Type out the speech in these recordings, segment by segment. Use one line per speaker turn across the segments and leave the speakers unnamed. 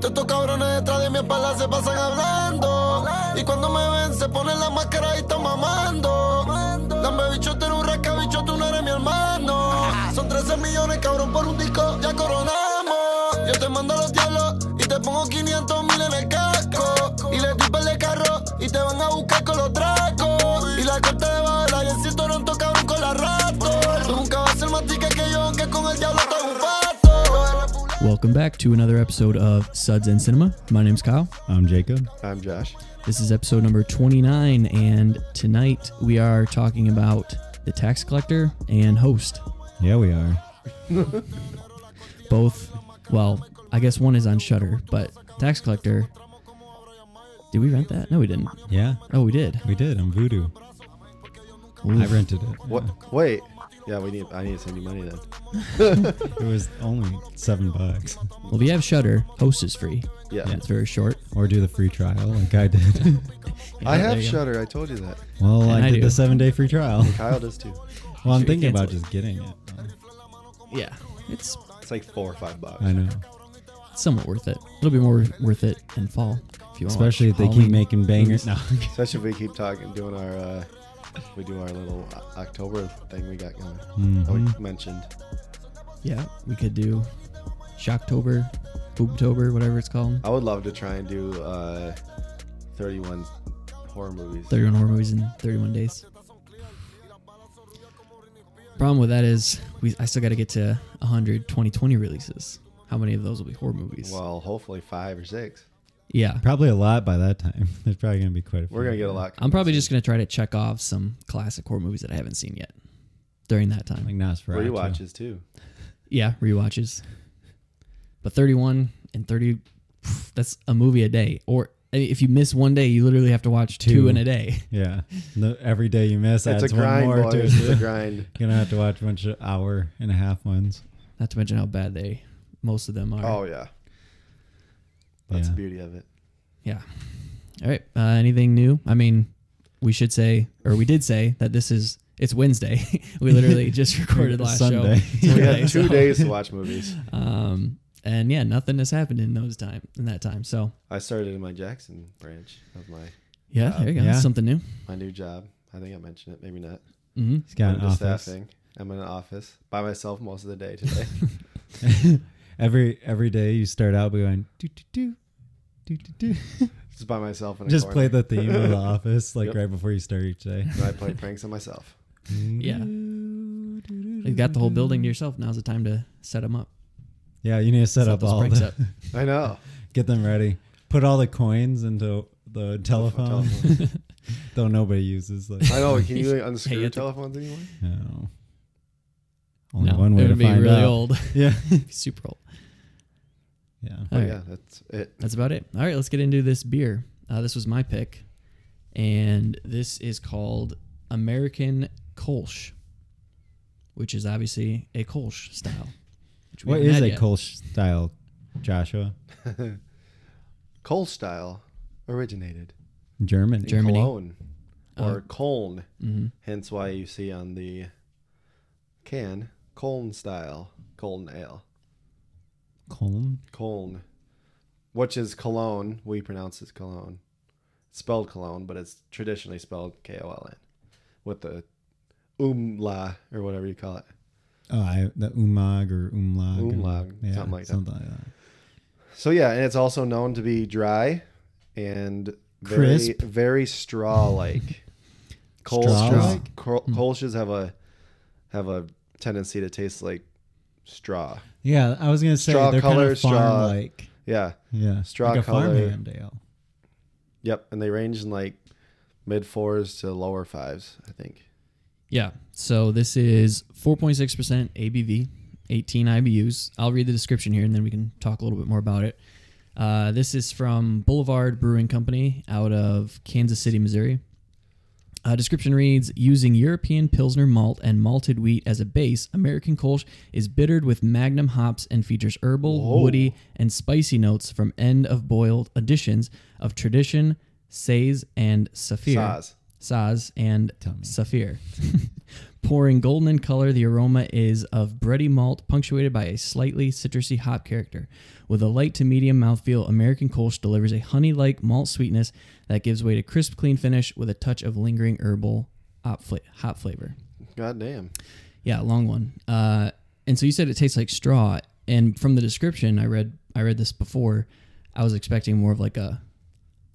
Todos estos cabrones detrás de mi espalda se pasan hablando. Y cuando me ven, se ponen la máscara y están mamando. Dame bicho, tú eres un rascabicho, tú no eres mi hermano. Son 13 millones, cabrón, por un disco, ya coronamos. Yo te mando a los diablos y te pongo 500 mil en el casco. Y le doy par de carro y te van a buscar con los tracos. Y la corte de bala y en sí Toronto, cabrón, con la rato. Tú nunca vas a ser más tique que yo, aunque con el diablo te un pato.
Welcome back to another episode of Suds and Cinema. My name's Kyle.
I'm Jacob.
I'm Josh.
This is episode number 29, and tonight we are talking about the tax collector and host.
Yeah, we are.
Both, well, I guess one is on Shutter, but tax collector. Did we rent that? No, we didn't.
Yeah,
Oh, we did.
we did on Voodoo. I
Oof.
rented it.
What? Wait. Yeah, we need. I need to send you money then.
It was only seven bucks.
Well, if you have Shutter, host is free.
Yeah.
And it's very short.
Or do the free trial like I did.
Yeah,
I
there
have
you go.
Shutter. I told you that.
well,
And
I,
I
did
do.
the seven day free trial.
Kyle does too.
Well, I'm
Should we
thinking about
cancel
just getting it.
Yeah, it's
It's like four or five bucks.
I know.
somewhat worth it. It'll be more worth it in fall if you want.
Especially if they keep
Halloween.
making bangers. No.
Especially if we keep talking, doing our, uh, we do our little O- October thing we got going that we
Mm-hmm.
Mhm.
mentioned.
Yeah, we could do Shocktober, Boobtober, whatever it's called.
I would love to try and do uh, 31 horror movies.
31 horror movies in 31 days. Problem with that is we I still got to get to 100 2020 releases. How many of those will be horror movies?
Well, hopefully five or six.
yeah.
Probably a lot by that time. There's probably gonna be quite a few.
We're gonna get a lot.
I'm probably just going to try to check off some classic horror movies that I haven't seen yet during that time.
like Nosferatu.
rewatches too.
Yeah, rewatches. But 31 and 30 pff, that's a movie a day or I mean, if you miss one day, you literally have to watch two,
Two.
in a day.
Yeah. No, every day you miss,
It's
adds
a grind,
one more.
boys.
to it.
It's a grind.
You're gonna have to watch a bunch of hour and a half ones.
Not to mention how bad they most of them are.
Oh yeah, that's
yeah.
the beauty of it.
Yeah. All right. Uh, anything new? I mean, we should say, or we did say that this is it's Wednesday. we literally just recorded last
Sunday.
show.
So
We
Sunday,
had two
so,
days to watch movies.
Um, and yeah, nothing has happened in those time in that time. So
I started in my Jackson branch of my
yeah, there you go.
Yeah.
Something new.
my new job. I think I mentioned it, maybe not.
hmm
He's got
I'm
an
into
office.
staffing. I'm in an office by myself most of the day today.
every every day you start out by going do do do do do do.
just by myself in a
Just
corner.
play the theme of the office like
Yep.
right before you start each day.
And I play pranks on myself.
Yeah. You got the whole building to yourself. Now's the time to set them up.
Yeah, you need to set,
Set
up
those
all
pranks
the
up.
I know.
get them ready. Put all the coins into the telephone,
Telephone.
though nobody uses. Like,
I know. Can you really unscrew
Hey, you
telephones anymore?
no. Only
No,
one way
it would
to
be
find
really
out.
old,
Yeah,
super old.
yeah.
All
But
right.
yeah, that's it.
That's about it. All right, let's get into this beer. Uh, this was my pick, and this is called American Kolsch, which is obviously a Kolsch style. Which we
What
haven't
is
had
a
yet.
Kolsch style, Joshua?
Coal style originated
German.
in
Germany.
Cologne or
Uh,
Köln.
Mhm.
Hence why you see on the can Köln style, Köln ale,
Köln.
Köln, which is Cologne. We pronounce it Cologne. It's spelled Cologne, but it's traditionally spelled K O L N with the umla or whatever you call it.
Oh, I, the Umag or Umlag. or-
Umlag,
yeah,
something like that.
Something like that.
So yeah, and it's also known to be dry and very
Crisp.
very straw like. Kolsch's,
Straw-like? Mm.
Kol- Kolsch's have a have a tendency to taste like straw.
Yeah, I was gonna say
Straw
they're kind
color,
of farm
straw-
like.
Yeah.
Yeah,
straw
like a
color.
farmhand ale.
Yep. And they range in like mid fours to lower fives, I think.
Yeah. So this is 4.6% ABV, 18 IBUs. I'll read the description here and then we can talk a little bit more about it. Uh, this is from Boulevard Brewing Company out of Kansas City, Missouri. Uh, description reads Using European Pilsner malt and malted wheat as a base, American Kolsch is bittered with magnum hops and features herbal,
Whoa.
woody, and spicy notes from end of boiled additions of tradition, says, and saphir.
Saz.
Saz, and
Tell me.
Saphir. Pouring golden in color, the aroma is of bready malt punctuated by a slightly citrusy hop character. With a light to medium mouthfeel, American Kolsch delivers a honey like malt sweetness that gives way to crisp, clean finish with a touch of lingering herbal hop, fla- hop flavor.
God damn.
Yeah, long one. Uh, and so you said it tastes like straw, and from the description I read, I read this before. I was expecting more of like a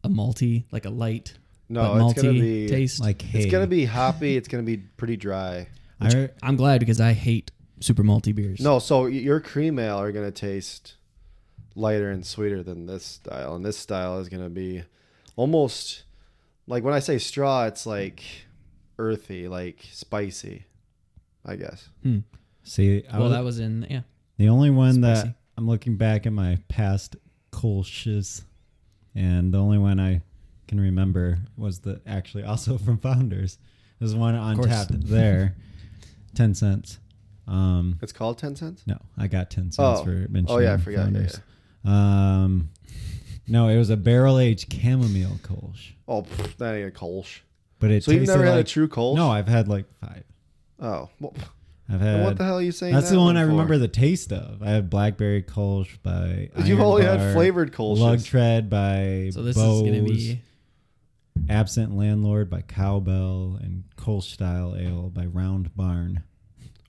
a malty, like a light,
No,
but malty
it's gonna be
taste.
Like hey,
It's gonna be hoppy. It's gonna be pretty dry.
I,
I'm glad because I hate super malty beers.
No, so y- your cream ale are gonna taste lighter and sweeter than this style, and this style is gonna be almost like when I say straw, it's like earthy, like spicy, I guess.
Hmm. see. I
well,
was,
that was in yeah.
the only one that
Spicy.
I'm looking back at my past Kolsch's, and the only one I can remember was the actually also from Founders. There's one on
course.
tap there, ten cents. Um,
It's called ten cents.
No, I got ten cents
Oh.
for mentioning.
Oh yeah, I forgot. Yeah,
Founders. Um, no, it was a barrel aged chamomile Kolsch,
Oh, pff, that ain't a Kolsch.
but it.
So you've
tasted
never had
like,
a true Kolsch?
No, I've had like five.
Oh, well, pff,
I've
then
had.
what the hell are you saying?
That's
that
the one, I
for?
remember the taste of. I had blackberry Kolsch by.
You've
Iron
only had
Bar,
flavored Kolsch's.
Lug tread by.
So this is
Bose,
gonna be
absent landlord by Cowbell and Kolsch style ale by Round Barn.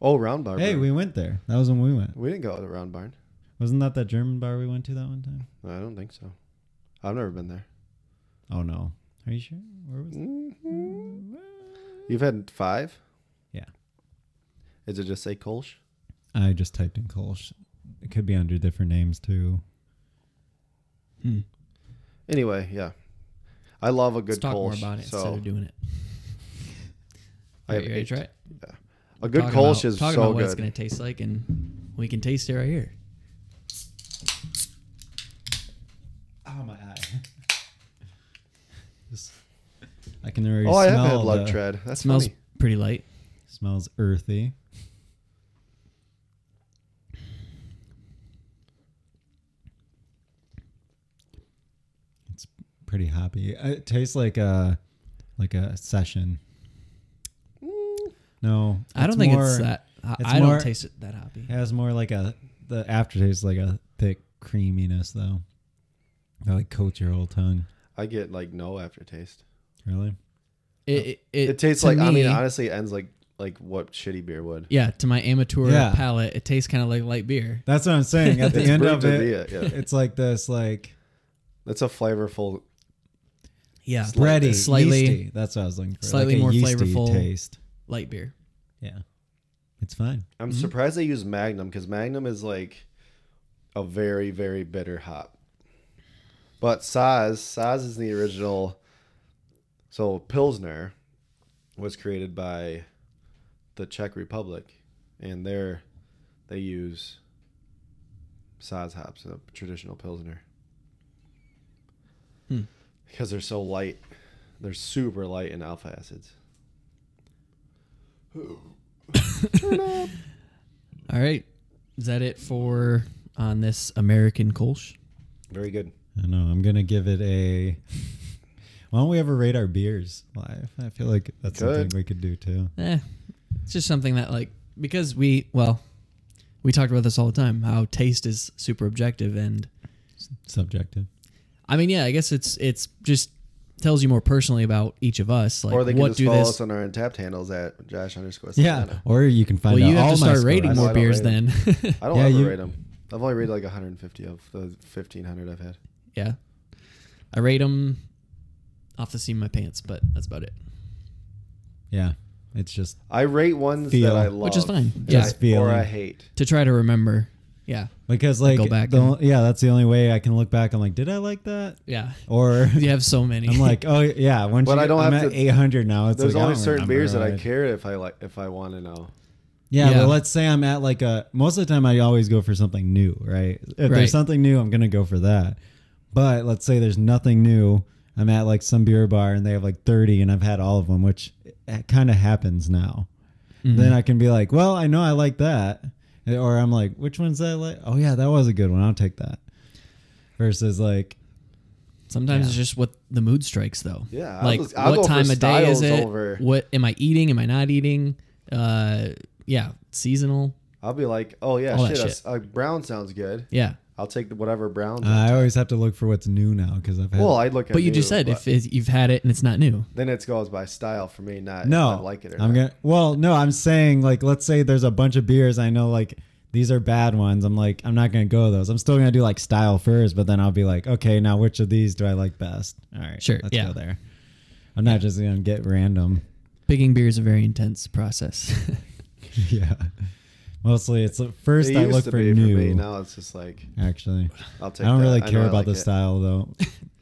Oh, Round Barn.
Hey, we went there. That was when we went.
we didn't go to Round Barn.
Wasn't that that German bar we went to that one time?
No, I don't think so. I've never been there.
Oh no. Are you sure? Where was
Mm. You've had five.
Yeah.
Is it just say Kolsch?
I just typed in Kolsch. It could be under different names too.
Anyway, yeah. I love a good
let's talk more
Kolsch.
about it instead
so
of doing it.
I
Are
have
you ready to
eight.
try it?
a good
Talk
Kolsch
about-
is
talk
so
about what
good.
it's gonna taste like, and we can taste it right here.
Oh my eye. Just- I can already
oh, I
smell
have had
the-
lug tread. That
smells
smells.
pretty light.
Smells earthy. It's pretty hoppy. Uh, It tastes like a like a session.
Mm.
No,
I don't think
more-
it's that. I,
it's
I
more-
don't taste it that hoppy.
It has more like a the aftertaste, is like a thick creaminess though. That like coats your whole tongue.
I get like no aftertaste.
Really?
It, it, it,
It, tastes
to
like. I mean,
me-
honestly, it ends like like what shitty beer would.
Yeah, to my amateur
Yeah.
palate, it tastes kind of like light beer.
That's what I'm saying. At the end
brewed
of
to
it,
be it, yeah.
it's like this like
That's a flavorful.
Yeah,
bready,
slightly
yeasty. That's what I was looking for.
slightly
like a
more
yeasty
flavorful.
taste.
light beer.
Yeah, it's fine.
I'm surprised they use Magnum because Magnum is like a very very bitter hop. But Saz, Saz is the original. So Pilsner was created by the Czech Republic, and there they use Saz hops, a traditional Pilsner, because they're so light. They're super light in alpha acids.
All right, is that it for on this American Kolsch?
Very good.
I don't know. I'm gonna give it a. Why don't we ever rate our beers live? I feel like that's
Good.
something we could do too.
Eh, it's just something that like because we well, we talked about this all the time how taste is super objective and
Subjective.
I mean yeah I guess it's it's just tells you more personally about each of us like
Or they can
what
just
do
follow
this
us on our untapped handles at Josh underscore.
Yeah,
Santana.
or you can find
well
out
you have
all
to
my
start
scores.
rating
I
more
don't
beers
rate
then
I don't
Yeah,
ever
you-
rate them. I've only rated like 150 of the 1500 I've had.
yeah I rate them off the seam of my pants but that's about it
Yeah, it's just
I rate ones
Feel.
that I love,
Which is fine.
and
Just
I-
feeling.
or I hate.
to try to remember yeah
because like
Go back
the
and-
on- yeah, that's the only way I can look back. I'm like, did I like that?
yeah
Or
you have so many
I'm like, oh yeah. Once
But
you,
I don't
I'm
have
at
to-
800 now. It's
There's
like, I
only
don't
certain
remember
beers that
what
I care if I like if I want to know.
Yeah,
Yeah.
but let's say I'm at like a most of the time I always go for something new, right? If
Right.
there's something new, I'm gonna go for that. But let's say there's nothing new. I'm at like some beer bar and they have like 30 and I've had all of them, which kind of happens now.
Mm-hmm.
Then I can be like, well, I know I like that, Eh, or I'm like, which one's that? Like, oh yeah, that was a good one. I'll take that. Versus like,
Sometimes
Yeah.
it's just what the mood strikes, though.
Yeah, I'll
like
just- I'll
what
go for
time of day is
styles
it?
over-
What am I eating? Am I not eating? uh, yeah, seasonal.
I'll be like, oh yeah,
All that
shit, a s- A, brown sounds good.
Yeah.
I'll take the, whatever brown.
I always have to look for what's new now because I've had.
well, I'd look. at
But you just
new,
said
but
if if you've had it and it's not new.
then it goes by style for me, not
no,
if I like it or
I'm
not.
gonna. Well, no, I'm saying like let's say there's a bunch of beers I know like these are bad ones. I'm like I'm not gonna go those. I'm still gonna do like style first, but then I'll be like, okay, now which of these do I like best? All right,
Sure,
let's
yeah.
go there. I'm not just gonna get random.
Picking beer is a very intense process.
yeah, mostly it's uh, first
It
I
used
look
to
for
be
new.
for me. Now it's just like
Actually,
I'll
I
take.
don't
that.
really
know
care
I
about
like
the
it.
style though.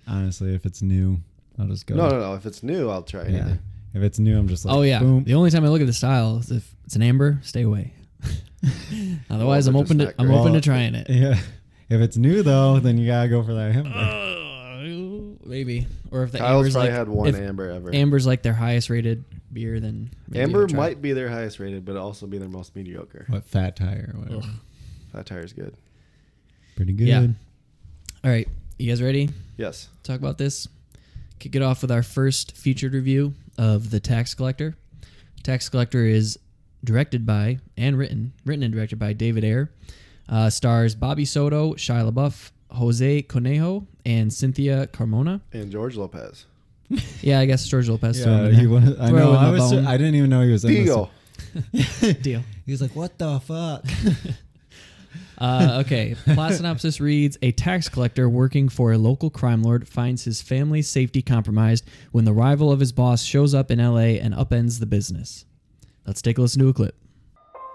Honestly, if it's new, I'll just go.
No, no, no. If it's new, I'll try it.
Yeah. If it's new, I'm just like,
oh yeah.
boom.
The only time I look at the style is if it's an amber, stay away. Otherwise, I'm
they're
open to
just not
I'm
great. eh.
open to
Well,
trying it.
Yeah. If it's new though, then you gotta go for that amber.
Uh, maybe. Or if the
Kyle's
amber's
probably
like
had one
if
amber ever.
amber's like their highest rated beer, then maybe
amber
I'll try it.
might be their highest rated, but also be their most mediocre.
What fat tire? Whatever.
That tire's good.
Pretty good.
Yeah. All right, you guys ready?
Yes.
talk about this. Kick it off with our first featured review of The Tax Collector. Tax Collector is directed by and written, written and directed by David Ayer. Uh, stars Bobby Soto, Shia LaBeouf, Jose Conejo, and Cynthia Carmona.
And George Lopez.
Yeah, I guess George Lopez.
Yeah,
thrown in
he
there.
was, I
Throw
know.
in
I
the
was.
bone.
I didn't even know he was in this.
Diego.
deal.
He was like, "What the fuck?"
Uh, okay. Plot synopsis reads A tax collector working for a local crime lord finds his family's safety compromised when the rival of his boss shows up in LA and upends the business. Let's take a listen to a clip.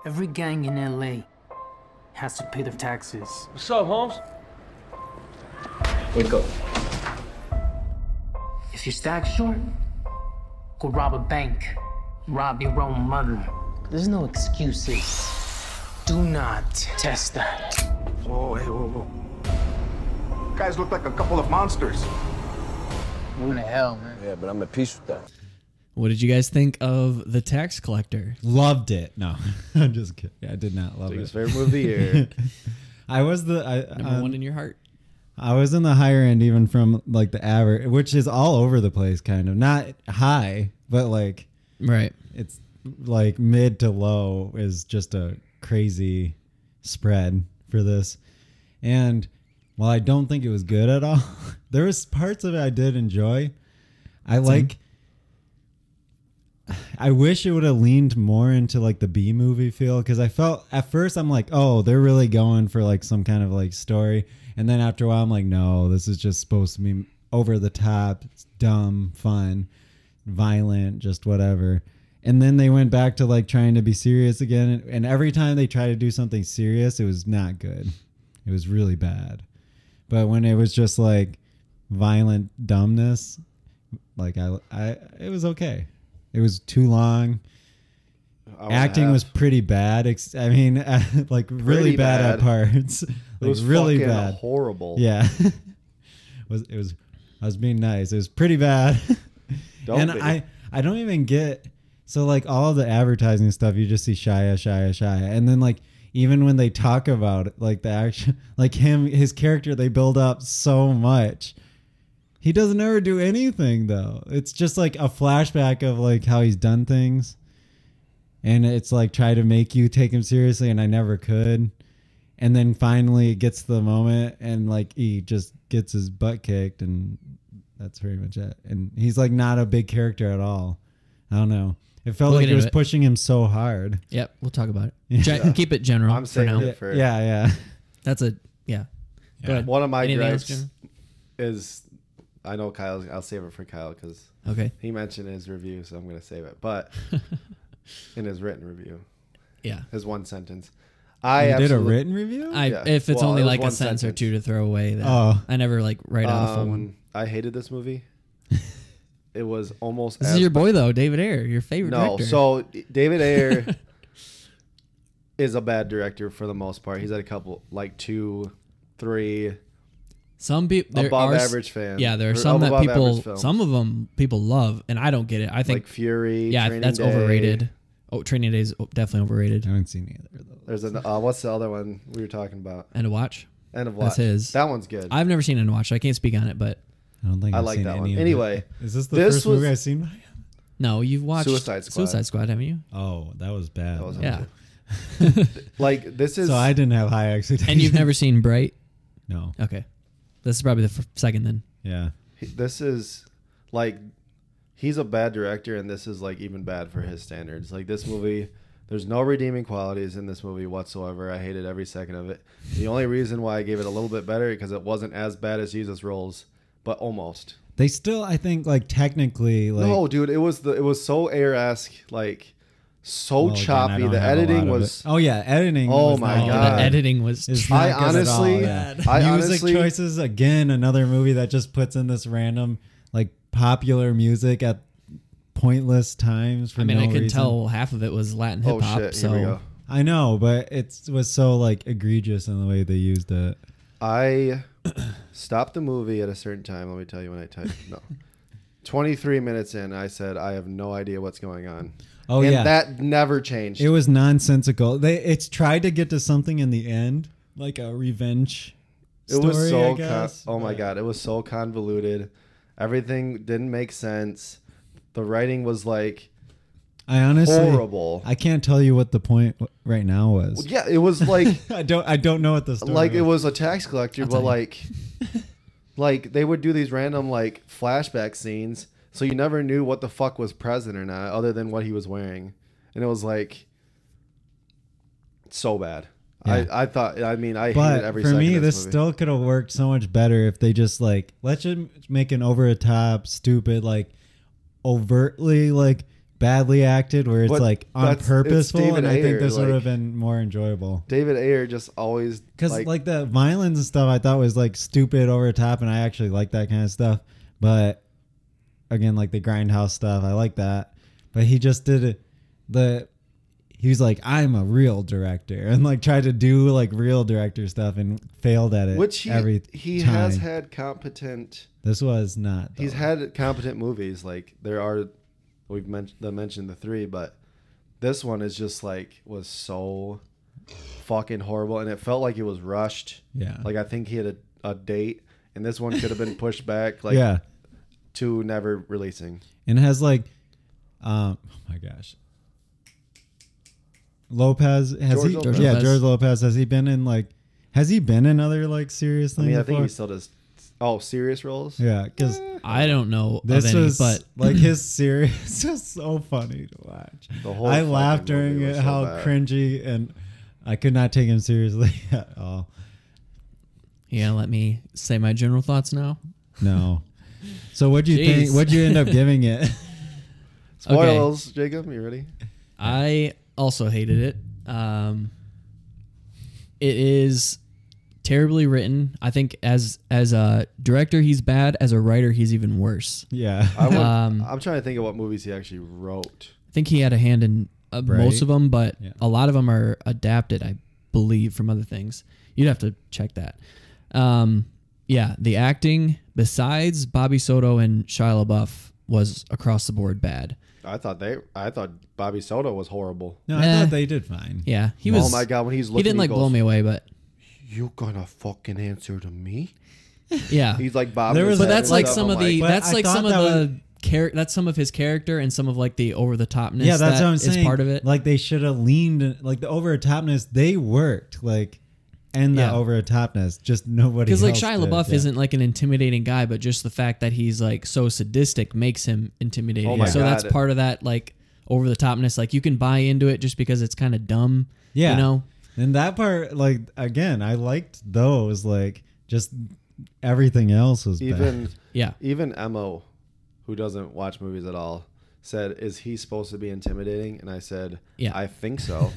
Every gang in LA has to pay their taxes.
What's up, Holmes?
Wake up.
If you stack short, go rob a bank, rob your own mother. There's no excuses. Do not test that.
Whoa, hey, whoa, whoa. Guys look like a couple of monsters.
What the hell, man?
Yeah, but I'm at peace with that.
What did you guys think of The Tax Collector?
Loved it. No, I'm just kidding. I did not love
His
it.
favorite movie of the year.
I was the I,
Number
uh,
one in your heart?
I was in the higher end, even from like the average, which is all over the place, kind of not high, but like
Right.
it's like mid to low is just a crazy spread for this. And while I don't think it was good at all, there was parts of it I did enjoy. I like I wish it would have leaned more into like the B movie feel cuz I felt at first I'm like, "Oh, they're really going for like some kind of like story." And then after a while I'm like, "No, this is just supposed to be over the top, it's dumb, fun." violent, just whatever. And then they went back to like trying to be serious again. And every time they tried to do something serious, it was not good. It was really bad. But when it was just like violent dumbness, like I, I it was okay. It was too long.
Hour and a
Acting
half.
was pretty bad. Ex- I mean, like really
Pretty
bad,
bad.
at parts. like
It was
really
fucking
bad.
horrible.
Yeah. was it was I was being nice. It was pretty bad.
Don't
and
be.
I I don't even get so like all the advertising stuff you just see Shia Shia Shia and then like even when they talk about it, like the action like him his character they build up so much. He doesn't ever do anything though. It's just like a flashback of like how he's done things. And it's like try to make you take him seriously and I never could and then finally it gets to the moment and like he just gets his butt kicked and that's pretty much it and he's like not a big character at all i don't know it felt
We'll
like
get
it was
into it.
pushing him so hard
Yep, we'll talk about it. Gen- Keep it general
I'm
for
saving
now.
it for
yeah yeah
That's a, yeah. Go ahead.
One of my
Anything else,
gripes
Jim?
is I know Kyle's. I'll save it for Kyle because
Okay.
he mentioned in his review, so I'm gonna save it. But in his written review,
Yeah.
his one sentence, I
you did a
absolute-
written review
I,
Yeah.
If it's
Well,
only
it was
like a
one
sentence, or
sentence.
two to throw away, then
Oh.
I never like write out a full one.
Um, I hated this movie. It was almost.
This
as
is your boy though, David Ayer, your favorite
No,
director.
so David Ayer is a bad director for the most part. He's had a couple, like two, three.
some people
above
are, s-
average fan.
Yeah, there are
Or
some that
above average
people,
film.
some of them people love, and I don't get it. I think,
like Fury.
yeah,
Training
that's
Day.
overrated. Oh, Training Day is definitely
i
overrated.
haven't seen either of those
There's an uh, what's the other one we were talking about?
And a watch.
End of Watch.
That's his.
That one's good. I,
I've never seen and watch. I can't speak on it, but
i don't think i
like
seen
that
any
one.
of it.
Anyway,
is this the
this
first
was-
movie i've seen by him?
No, you've watched
Suicide Squad.
Suicide Squad, haven't you?
Oh, that was bad.
That was
Yeah.
Like this is
so I didn't have high expectations.
and you've never seen Bright?
no.
Okay. This is probably the f- second then.
Yeah.
this is like he's a bad director and this is like even bad for his standards like this movie there's no redeeming qualities in this movie whatsoever i hated every second of it the only reason why i gave it a little bit better because it wasn't as bad as jesus rolls but almost
They still, I think, like technically, like
no dude it was the it was so air-esque like so
well, again, I
choppy
don't
the
have a lot
editing
of
was
it. Oh yeah, editing.
Oh
was
my
not
God.
good.
The editing was
It's
I
not good at all,
honestly- I
music
honestly-
choices again. Another movie that just puts in this random, like popular music at pointless times. For
I mean,
no
I could
reason.
tell half of it was Latin hip
oh
hop.
shit
so
here we go
I know, but it was so like egregious in the way they used it.
I stopped the movie at a certain time. Let me tell you when I typed. No. 23 minutes in, I said, I have no idea what's going on.
Oh,
and
yeah.
that never changed.
It was nonsensical. They it's tried to get to something in the end, like a revenge.
It was
story,
so
I guess,
con- oh my
but-
god, it was so convoluted. Everything didn't make sense. The writing was like
I honestly
horrible.
I can't tell you what the point w- right now was.
yeah, it was like
I don't I don't know what the story
like it was a tax collector,
tell
but
you.
like like they would do these random like flashback scenes, so you never knew what the fuck was present or not, other than what he was wearing, and it was like so bad.
Yeah.
I I thought I mean I
But
hated every
for
second
me,
of
this
this movie.
still could have worked so much better if they just like let's just make an over the top, stupid, like overtly like badly acted, where it's
But
like on
that's- it's
purposeful,
David
and I think
Ayer,
this would have
like-
been more enjoyable.
David Ayer just always
Because like, the violence and stuff, I thought was like stupid, over the top, and I actually like that kind of stuff. But again, like the grindhouse stuff, I like that. But he just did it. The he was like, I'm a real director, and like tried to do like real director stuff and failed at it.
which he
every
he
time.
has had competent
This was not.
he's
though.
had competent movies like there are we've mentioned the mentioned the three but this one is just like was so fucking horrible and it felt like it was rushed
Yeah.
like i think he had a, a date and this one could have been pushed back like
yeah,
to never releasing
and it has like, um, oh my gosh. Lopez has
George
he?
Lopez.
Yeah,
Lopez.
George Lopez has he been in like? Has he been in other like serious
i
things?
mean i think
before?
Eh. he still does oh serious roles
Yeah, because
I don't know
this
of any,
was
but
like his series is just so funny to watch.
The whole
I
fucking
laughed
movie
during it
was so
how
bad.
cringy and I could not take him seriously at all.
yeah, let me say my general thoughts now.
No. So what'd you
Jeez.
think? What'd you end up giving it?
spoils jacob you ready
I also hated it. Um, it is terribly written. I think as as a director, he's bad. As a writer, he's even worse.
yeah.
I would,
Um,
i'm trying to think of what movies he actually wrote
I think he had a hand in uh, most of them, but
Yeah.
a lot of them are adapted, I believe, from other things. You'd have to check that. Um, yeah, the acting, besides Bobby Soto and Shia LaBeouf, was across the board bad.
i thought they i thought bobby soto was horrible
no, I
Eh.
thought they did fine.
Yeah, he was.
oh my god when he's looking
he didn't like blow
goes,
me away, but
you gonna fucking answer to me
yeah,
He's like Bob.
There
his
was-
but
head
that's
was
like
up.
some
I'm
of the
But
that's
I
like
thought
some of
that was-
the char- that's some of his character and some of like the over the topness.
Yeah, that's
that
what I'm
is
saying.
part of it.
Like they should have leaned in- like the over topness, they worked. Like and the
Yeah.
over topness, just nobody.
because like
else
Shia
did,
LaBeouf
yeah.
isn't like an intimidating guy, but just the fact that he's like so sadistic makes him intimidating.
Oh my
so that's
God.
part of that like over the topness. Like you can buy into it just because it's kind of dumb.
Yeah.
you know.
And that part, like again, I liked those. Like just everything else was bad.
even
Yeah,
even Emo, who doesn't watch movies at all, said, "Is he supposed to be intimidating?" And I said,
Yeah.
I think so."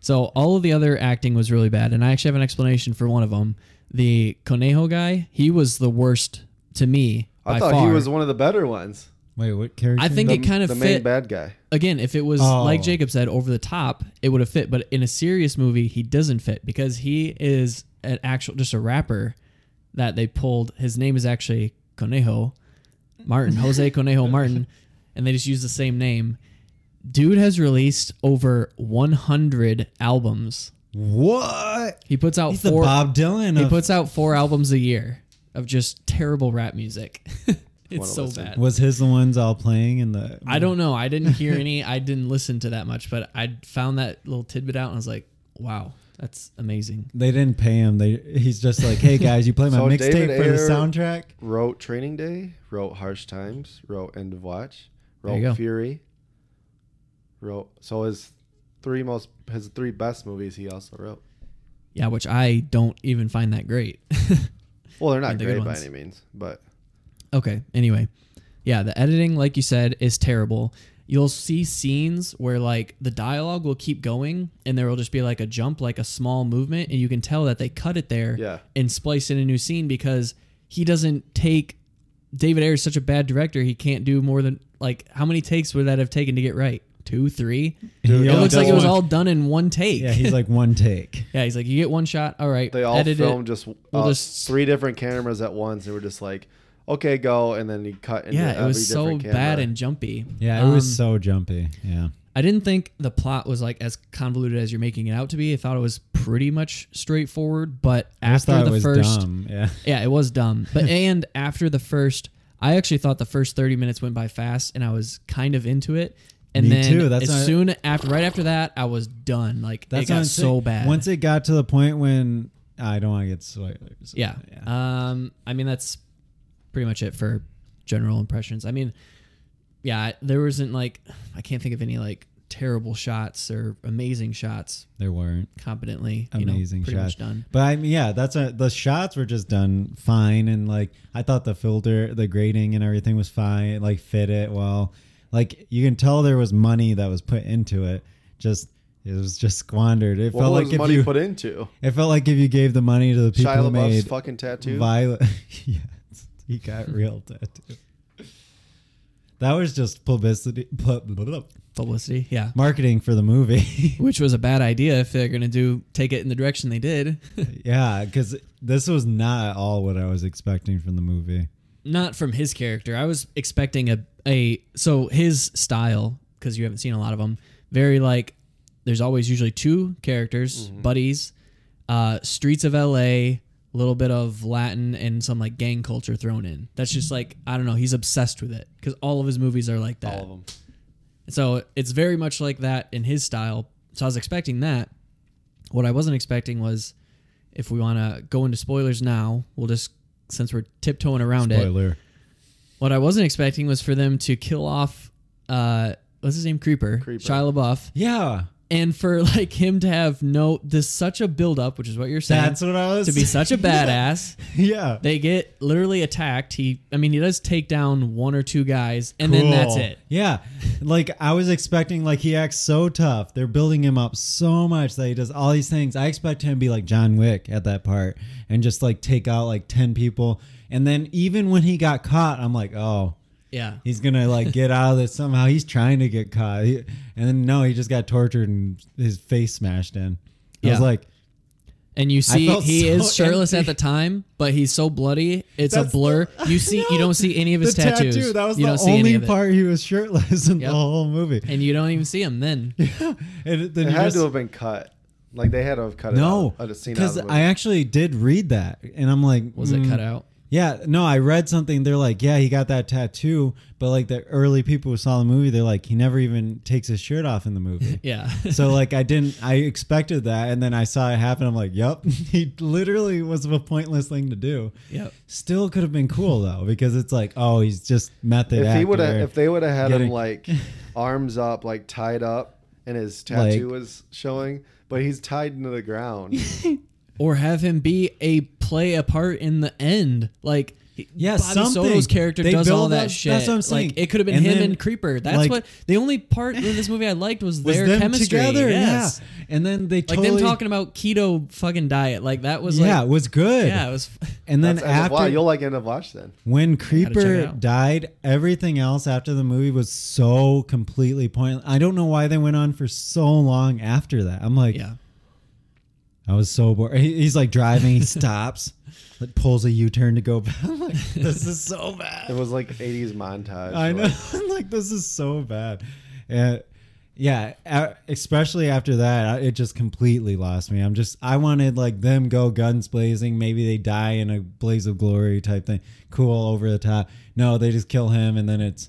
So all of the other acting was really bad, and I actually have an explanation for one of them. The Conejo guy, he was the worst to me.
I
by
thought
far.
he was one of the better ones.
Wait, what character?
I think
The,
it kind of
the
fit.
main bad guy.
again, if it was
Oh.
like Jacob said, over the top, it would have fit. But in a serious movie, he doesn't fit because he is an actual just a rapper that they pulled. His name is actually Conejo Martin, Jose Conejo Martin, and they just use the same name. Dude has released over 100 albums.
what?
He puts out
He's the
four.
Bob Dylan.
he
of-
puts out four albums a year of just terrible rap music.
wanna
it's so
listen.
bad.
Was his the ones all playing in the?
I don't know. I didn't hear any. I didn't listen to that much, but I found that little tidbit out and I was like, wow, that's amazing.
They didn't pay him. They he's just like, hey guys, you play my
So David
mixtape for the
Ayer-
soundtrack.
Wrote Training Day, wrote Harsh Times, wrote End of Watch,
There you go.
wrote Fury, wrote so his three most his three best movies he also wrote.
Yeah, which I don't even find that great.
Well, they're not
the good
great by
ones.
any means, but
Okay. Anyway, yeah, the editing, like you said, is terrible. You'll see scenes where like the dialogue will keep going, and there will just be like a jump, like a small movement, and you can tell that they cut it there
Yeah.
and splice in a new scene because he doesn't take. David Ayer is such a bad director; he can't do more than like how many takes would that have taken to get right? Two, three.
Dude,
it
yeah,
looks
does
like it was
one-
all done in one take.
Yeah, he's like one take.
yeah, he's like, you get one shot. All right,
they all
edit it.
filmed just, uh,
We'll just-
three different cameras at once. They were just like, okay, go, and then he cut. Into
Yeah, it was
every
so
different
bad
camera.
and jumpy.
Yeah, it
Um,
was so jumpy. Yeah,
I didn't think the plot was like as convoluted as you're making it out to be. I thought it was pretty much straightforward, but
I just
after
thought
the
it was
first
dumb. Yeah,
Yeah, it was dumb. But and after the first I actually thought the first 30 minutes went by fast and I was kind of into it. And
Me
then
too, that's
as
not-
soon after right after that, I was done. Like it
what I'm
got so
saying.
bad.
Once it got to the point when I don't want to get spoilers.
yeah. Um I mean that's pretty much it for general impressions. I mean yeah, I- there wasn't like I can't think of any like terrible shots or amazing shots
there weren't.
competently.
amazing
you know, pretty much
shots.
done.
But I mean, yeah, that's a, the shots were just done fine, and like I thought the filter, the grading, and everything was fine. It, like fit it well. Like you can tell there was money that was put into it. Just it was just squandered. It
What
felt
was
like if
money
you.
put into?
it felt like if you gave the money to the people
Shia
who
LaBeouf's
made
fucking tattoo.
Violet. yeah, he got real tattoo. That was just publicity, pu- blah, blah, blah,
Publicity, yeah.
marketing for the movie.
Which was a bad idea if they're gonna do take it in the direction they did.
yeah, because this was not at all what I was expecting from the movie.
Not from his character. I was expecting a a so his style because you haven't seen a lot of them. Very like there's always usually two characters,
Mm-hmm.
buddies, uh, streets of L.A. A little bit of Latin and some like gang culture thrown in. That's just like I don't know. He's obsessed with it because all of his movies are like that.
All of them.
So it's very much like that in his style. So I was expecting that. What I wasn't expecting was if we want to go into spoilers now, we'll just, since we're tiptoeing around it,
Spoiler.
what I wasn't expecting was for them to kill off, uh, what's his name? Creeper,
Creeper.
Shia LaBeouf.
Yeah,
And for like him to have no, this such a buildup, which is what you're saying.
that's what I was.
to be such a badass.
yeah,
They get literally attacked. He, I mean, he does take down one or two guys, and then that's
Cool.
it.
Yeah, like I was expecting, like he acts so tough. They're building him up so much that he does all these things. I expect him to be like John Wick at that part and just like take out like ten people. And then even when he got caught, I'm like, oh,
Yeah.
he's gonna like get out of this somehow. He's trying to get caught. He- and then no, he just got tortured and his face smashed in. I
Yeah.
was like,
And you see
felt
he
so
is shirtless
empty.
at the time, but he's so bloody, it's a
That's
blur. You see you don't see any of his tattoos.
Tattoo, that was
you
the
don't see any
only
of it.
part he was shirtless in
Yep.
the whole movie.
And you don't even see him then.
And then
It
you
had
just-
to have been cut. Like they had to have cut
No,
it out.
because I actually did read that, and I'm like, mm,
Was it cut out?
Yeah, no, I read something. They're like, yeah, he got that tattoo, but like the early people who saw the movie, they're like, he never even takes his shirt off in the movie.
Yeah.
so like, I didn't, I expected that, and then I saw it happen. I'm like, yep, he literally was a pointless thing to do.
Yep.
Still could have been cool though, because it's like, oh, he's just method
if he would have,
actor.
if they would have had him
Getting-
like arms up, like tied up, and his tattoo
Like-
was showing, but he's tied into the ground.
Or have him be a play a part in the end. Like he-
Yeah,
Bobby
something.
Soto's character
They
does all
build
that
up-
shit.
that's what I'm saying.
Like it could have been
And
him
then,
and Creeper. That's
like-
what the only part in this movie I liked was,
was
their
them
chemistry.
together,
yes.
yeah. And then they
Like
totally,
them talking about keto fucking diet. Like that was
yeah, it
like
was good.
Yeah, it was
and then
That's end of
after
watch. You'll like end of watch then.
When
it
Creeper
out.
died, everything else after the movie was so completely pointless. I don't know why they went on for so long after that. I'm like,
Yeah.
I was so bored. He- He's like driving, he stops, like pulls a U-turn to go back. I'm like, this is so bad.
It was like 80s montage.
I know.
like,
I'm like, this is so bad. And Yeah, a- especially after that, I- it just completely lost me. I'm just I wanted like them go guns blazing, maybe they die in a blaze of glory type thing. Cool, over the top. No, they just kill him and then it's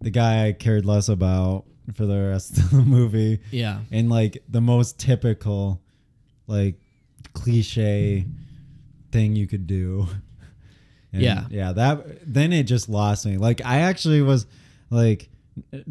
the guy I cared less about for the rest of the movie.
Yeah.
And like the most typical like cliche thing you could do. And
Yeah.
Yeah, that then it just lost me. Like I actually was like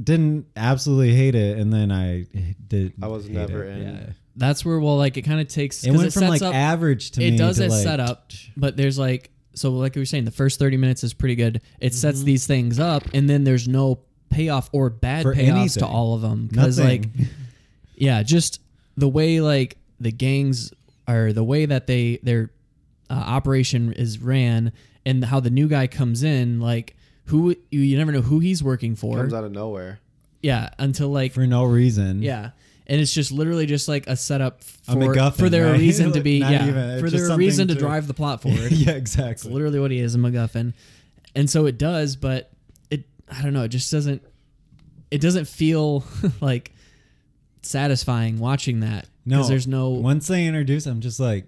didn't absolutely hate it and then I did
I was
hate
never
it.
in.
Yeah.
That's where well, like it kind of takes.
It
'cause
went from
sets
like
up-
average to
it
me
does
to
it
like,
set up but there's like so like we were saying the first 30 minutes is pretty good it
Mm-hmm.
sets these things up and then there's no payoff or bad
For
payoffs
anything.
to all of them because like
Nothing.
yeah just the way like the gangs are the way that they their uh, operation is ran and how the new guy comes in like who you, you never know who he's working for
Comes out of nowhere.
yeah until like
for no reason.
yeah. And it's just literally just like a setup for,
A MacGuffin,
for their
right?
reason to be,
Not
yeah,
even, it's
for
just
their
something
reason to,
to-
drive the plot forward.
yeah,
It's
exactly.
literally what he is, a MacGuffin. And so it does, but it, I don't know, it just doesn't, it doesn't feel like satisfying watching that.
no,
Because there's no,
once they introduce, I'm just like,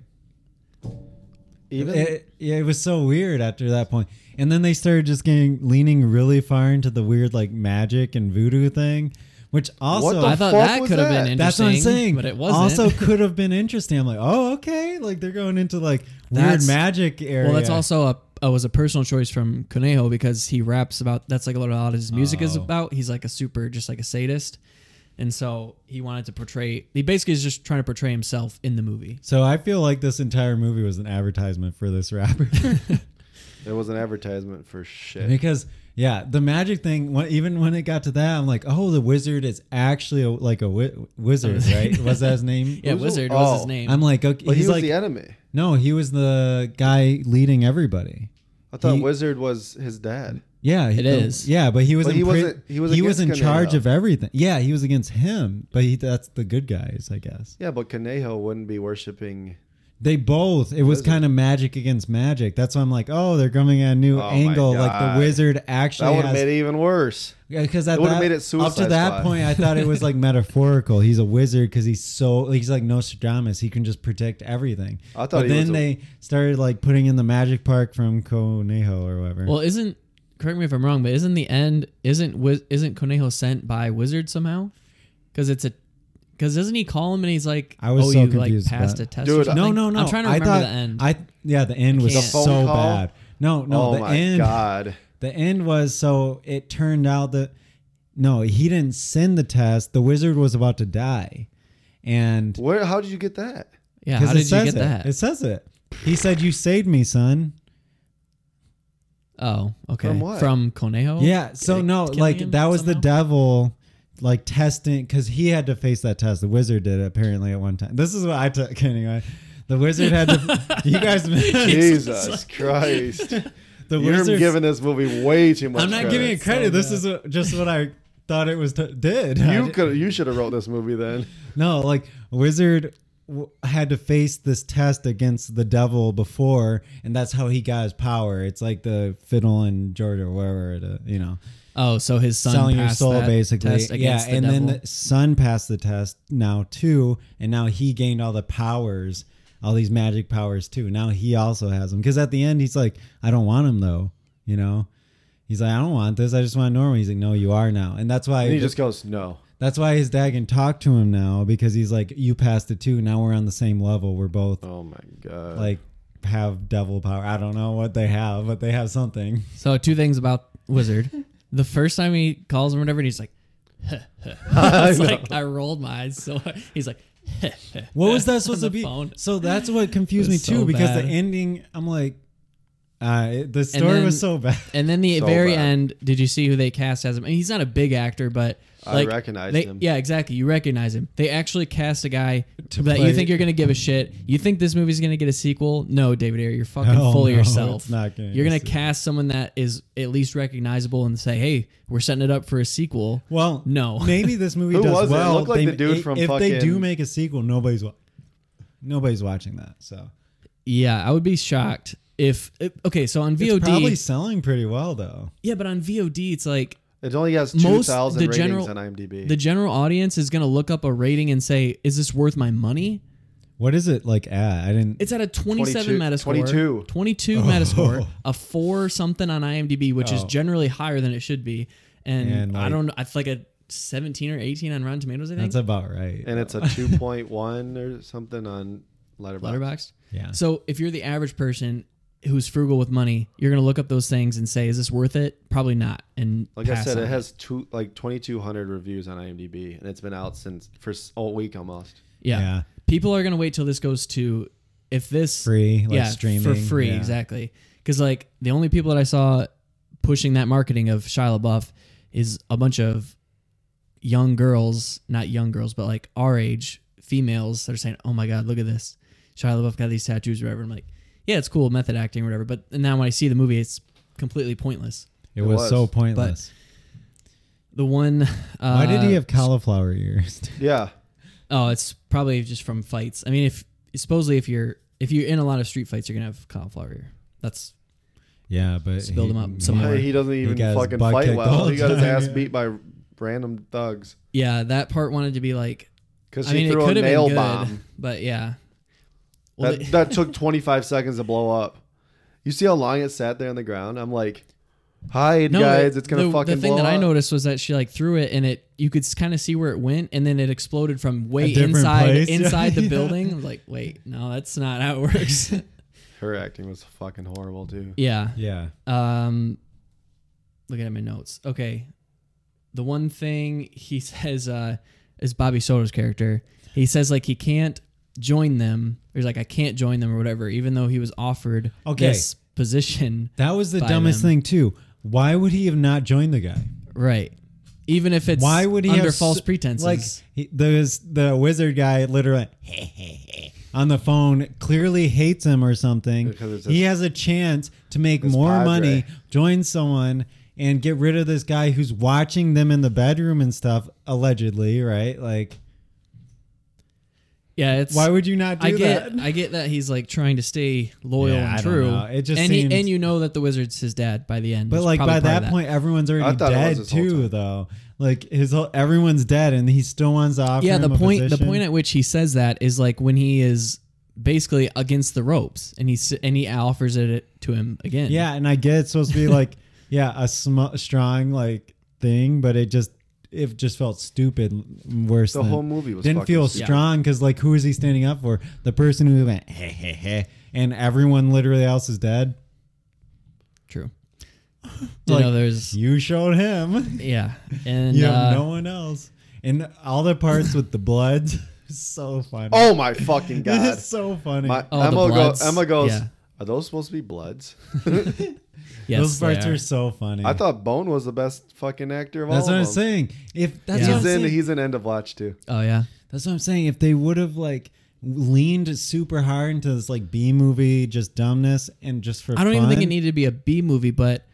Even
it, yeah, it was so weird after that point. And then they started just getting leaning really far into the weird like magic and voodoo thing, which also
the
I thought
fuck
that
was
could have been
that?
interesting.
That's what I'm saying.
But it wasn't.
Also, could have been interesting. I'm like, oh, okay. Like they're going into like weird
That's-
magic area.
Well, that's also a uh, was a personal choice from Conejo because he raps about that's like what a lot of his music is
Oh.
about. He's like a super, just like a sadist, and so he wanted to portray. He basically is just trying to portray himself in the movie.
So I feel like this entire movie was an advertisement for this rapper
there was an advertisement for shit.
because yeah, the magic thing. When, even when it got to that, I'm like, oh, the wizard is actually a, like a wi- wizard, right? was that his name?
Yeah,
Who's the-
Wizard was his
oh.
name.
I'm like, okay,
But
he's
he was
like,
the enemy.
no, he was the guy leading everybody.
I thought
he-
Wizard was his dad.
Yeah, it
It
is.
is.
Yeah, but he was.
But
in
he
pri-
wasn't- he was against
in charge
Canelo.
of everything. Yeah, he was against him, but he, that's the good guys, I guess.
Yeah, but Conejo wouldn't be worshiping.
They both. It was
Wizard.
kind of magic against magic. That's why I'm like, oh, they're coming at a new
Oh my
angle. Like
God.
the wizard
That
actually
would have
has.
made it even worse.
because I
it would've
thought-
made it
up to
Suicide
that
Squad.
point, I thought it was like metaphorical. He's a wizard because he's so he's like Nostradamus. He can just predict everything.
I thought
But
he was
then
a-
they started like putting in the magic park from Conejo or whatever.
Well, isn't correct me if I'm wrong, but isn't the end isn't Wiz- isn't Conejo sent by Wizard somehow? Because it's a because doesn't he call him and he's like,
I was
oh,
so
you
confused
like passed
about-
a test. or
Dude,
something?
No, no, no.
I'm trying to remember
I thought,
the end.
I yeah, the end was
can't. The
so
phone call?
bad. No, no,
oh
the
my
end.
god!
The end was so it turned out that no, he didn't send the test. The wizard was about to die, and
Where? How did you get that?
yeah,
'cause
how
it
did you
says
get
it.
that?
It says it. He said, "You saved me, son."
oh, okay.
From what?
Conejo?
Yeah. So
Ki-
no,
killing him
like that was the
somehow?
devil, like testing because he had to face that test. The wizard did it apparently at one time. This is what I took anyway. The wizard had to. you guys, the
Jesus Christ! You're
wizard
giving this movie way too much.
I'm not giving it credit. this is what- just what I thought it was t- did. I
You
di-
could. You should have wrote this movie then.
no like wizard w- had to face this test against the devil before, and that's how he got his power. It's like the fiddle in Georgia, or wherever to, you know,
Oh, so his son
selling your
passed
soul
that
basically.
test
yeah,
against the
and then
devil.
the son passed the test now too, and now he gained all the powers, all these magic powers too. Now he also has them because at the end he's like, I don't want him though, you know. He's like, I don't want this. I just want normal. He's like, No, you are now, and that's why
And he just goes, "No."
that's why his dad can talk to him now because he's like, you passed it too. Now we're on the same level. We're both
Oh my god!
like have devil power. I don't know what they have, but they have something.
so two things about Wizard. the first time he calls him or whatever, and he's like,
I
it's
know.
like I rolled my eyes. So hard. he's like,
What was that supposed
the
to be?
phone.
So that's what confused me
was
too
so
because
bad.
the ending, I'm like, uh, it- the story
then-
was so bad.
and then the
So
very
bad.
end, did you see who they cast as him? And he's not a big actor, but
I
like,
recognized
they-
him.
Yeah, exactly. You recognize him. They actually cast a guy
To
that
play-
you think you're gonna give a shit. You think this movie's gonna get a sequel? No, David Ayer, you're fucking
Hell
full
no,
of yourself.
it's not gonna
you're
get
gonna
a sequel.
cast someone that is at least recognizable and say, "Hey, we're setting it up for a sequel."
Well,
No.
maybe this movie
Who
does
was it? It
well.
looked like
They-
the dude
i-
from
if they do
fucking-
make a sequel, nobody's wa- nobody's watching that. So
Yeah, I would be shocked if it- okay. So on
it's
VOD,
probably selling pretty well though.
yeah, but on VOD, it's like
It only has two
Most-
thousand
the
ratings
general-
on IMDb.
The general audience is going to look up a rating and say, "Is this worth my money?"
What is it like at? I didn't.
It's at a 27
22
Metascore.
22.
22 Metascore, a 4 something on IMDb, which is
Oh.
generally higher than it should be. And,
And,
I
like-
don't know, it's like a 17 or 18 on Rotten Tomatoes, I think.
that's about right.
and it's a two point one or something on Letterboxd.
Letterboxd.
Yeah.
So if you're the average person who's frugal with money, you're going to look up those things and say, "Is this worth it?" Probably not. And
Like I
pass
said,
on
it has two like twenty two hundred reviews on IMDb, and it's been out since for s- a week almost.
Yeah.
Yeah.
People are going to wait till this goes to if this
Free, like
yeah, for
streaming,
free
yeah.
exactly. Cuz like the only people that I saw pushing that marketing of Shia LaBeouf is a bunch of young girls, not young girls, but like our age females that are saying, "Oh my god, look at this. Shia LaBeouf got these tattoos or whatever." I'm like, "Yeah, it's cool, method acting or whatever." But now when I see the movie, it's completely pointless.
it, was, so
was.
pointless.
The one uh,
Why did he have cauliflower ears?
Yeah,
Oh, it's probably just from fights. I mean, if supposedly if you're if you're in a lot of street fights, you're gonna have cauliflower ear. That's
yeah, but
Just build
he-
him up some more.
Hey, he doesn't even
got his
fucking
butt
fight
kicked all
well. He got his
the
ass
time,
beat by random thugs
yeah. That part wanted to be like.
because
I
he
mean, it
threw a
could have been
nail
good,
bomb.
but yeah. Well,
That
the-
that took twenty five seconds to blow up. You see how long it sat there on the ground? I'm like, hide
no,
guys,
it-
it's gonna
the,
fucking.
The thing
blow
that I
up."
noticed was that she like threw it, and it you could kind of see where it went, and then it exploded from way
different
inside
place, yeah.
inside the
Yeah.
building. I was like, wait, no, that's not how it works.
her acting was fucking horrible too.
yeah.
Yeah.
Um, looking at my notes. Okay, the one thing he says uh, is Bobby Soto's character. He says like he can't join them. Or he's like I can't join them or whatever, even though he was offered
Okay.
this position.
That was the
by
dumbest
them.
thing too. Why would he have not joined the guy?
right? Even if it's
Why would he
under
have
false
s-
pretenses?
Like he, the the wizard guy literally on the phone clearly hates him or something.
Because it's
He
his-
has a chance to make
his
more
padre.
money, join someone, and get rid of this guy who's watching them in the bedroom and stuff. Allegedly, right? Like,
yeah, it's
why would you not do
I get
that?
I get that he's like trying to stay loyal
Yeah, I
and
don't
true.
know. It just
and
seems-
and you know that the wizard's his dad by the end.
But
It's
like
probably
by
part of
that, point, everyone's already
thought it was
dead
this whole
too,
time.
though. Like his whole, everyone's dead, and he still wants to offer.
yeah the
him a
point the
position.
point at which he says that is like when he is basically against the ropes and he s- and he offers it to him again
Yeah, and I get it's supposed to be like, yeah, a sm- strong like thing, but it just it just felt stupid. m- Worse,
The
than-
whole movie was
didn't
fucking
feel
stupid.
strong because like who is he standing up for? The person who went hey hey hey, and everyone literally else is dead.
true you know
Like,
there's
You showed him.
yeah and
You
uh,
have no one else, and all the parts with the blood. So funny.
Oh my fucking god!
It's so funny.
My,
Oh, the
Emma, go,
Bloods.
Emma goes.
Yeah.
Are those supposed to be bloods?
yes,
Those
they
parts
are.
are so funny.
I thought Bone was the best fucking actor of
that's
all
what I'm
of them.
saying. If
Yeah.
that's what
He's
I'm
in.
saying.
He's in End of Watch too.
oh yeah
That's what I'm saying. If they would have like leaned super hard into this like B movie, just dumbness, and just for
i don't even
fun,
think it needed to be a b movie but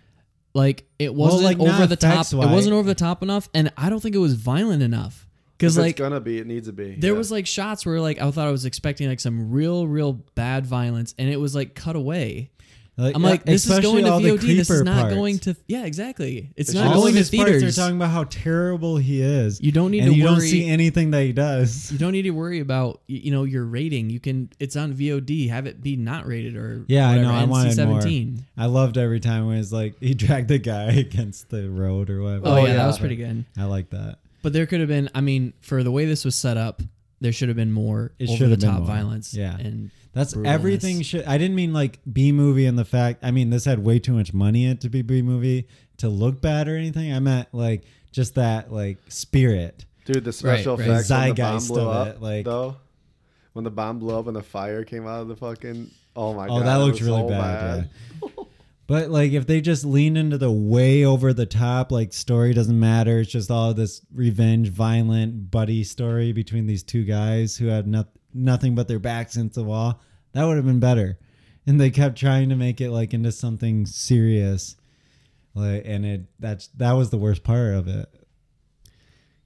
like it wasn't
like, not
over the top it
effects-wise.
wasn't over the top enough and i don't think it was violent enough because
If
like
it's gonna be. It needs to be.
There
yeah.
was like shots where like I thought I was expecting like some real, real bad violence, and it was like cut away. I'm like, this is
especially
going to
all the
VOD. This is
creeper
not
parts.
going to. Yeah, exactly. It's
It's
not
all
going
of
to
his
theaters.
parts are talking about how terrible he is.
You don't need
and
to
you don't
worry-
see anything that he does.
you don't need to worry about y- you know your rating. You can. It's on VOD. Have it be not rated or
Yeah, I
whatever,
know. I wanted
NC-17.
more. I loved every time when it's like he dragged the guy against the road or whatever.
Oh, yeah, that
yeah.
was pretty good.
I like that.
But there could have been. I mean, for the way this was set up, there should have been more
It
over
should
the
have been
top
more.
violence.
Yeah.
and
That's
brutalness.
everything. Should I didn't mean like B movie and the fact. I mean this had way too much money in it to be B movie to look bad or anything. I meant like just that like spirit.
dude. The special
right.
effects when the bomb
Zeitgeist
blew
of it,
up.
like-
though, when the bomb blew up and the fire came out of the fucking. Oh my
Oh,
god!
that
it
looks
was
really
so
bad. yeah. But like if they just lean into the way over the top, like story doesn't matter. It's just all this revenge, violent buddy story between these two guys who have no- nothing but their backs into the wall. That would have been better. And they kept trying to make it like into something serious. Like and it that's that was the worst part of it. It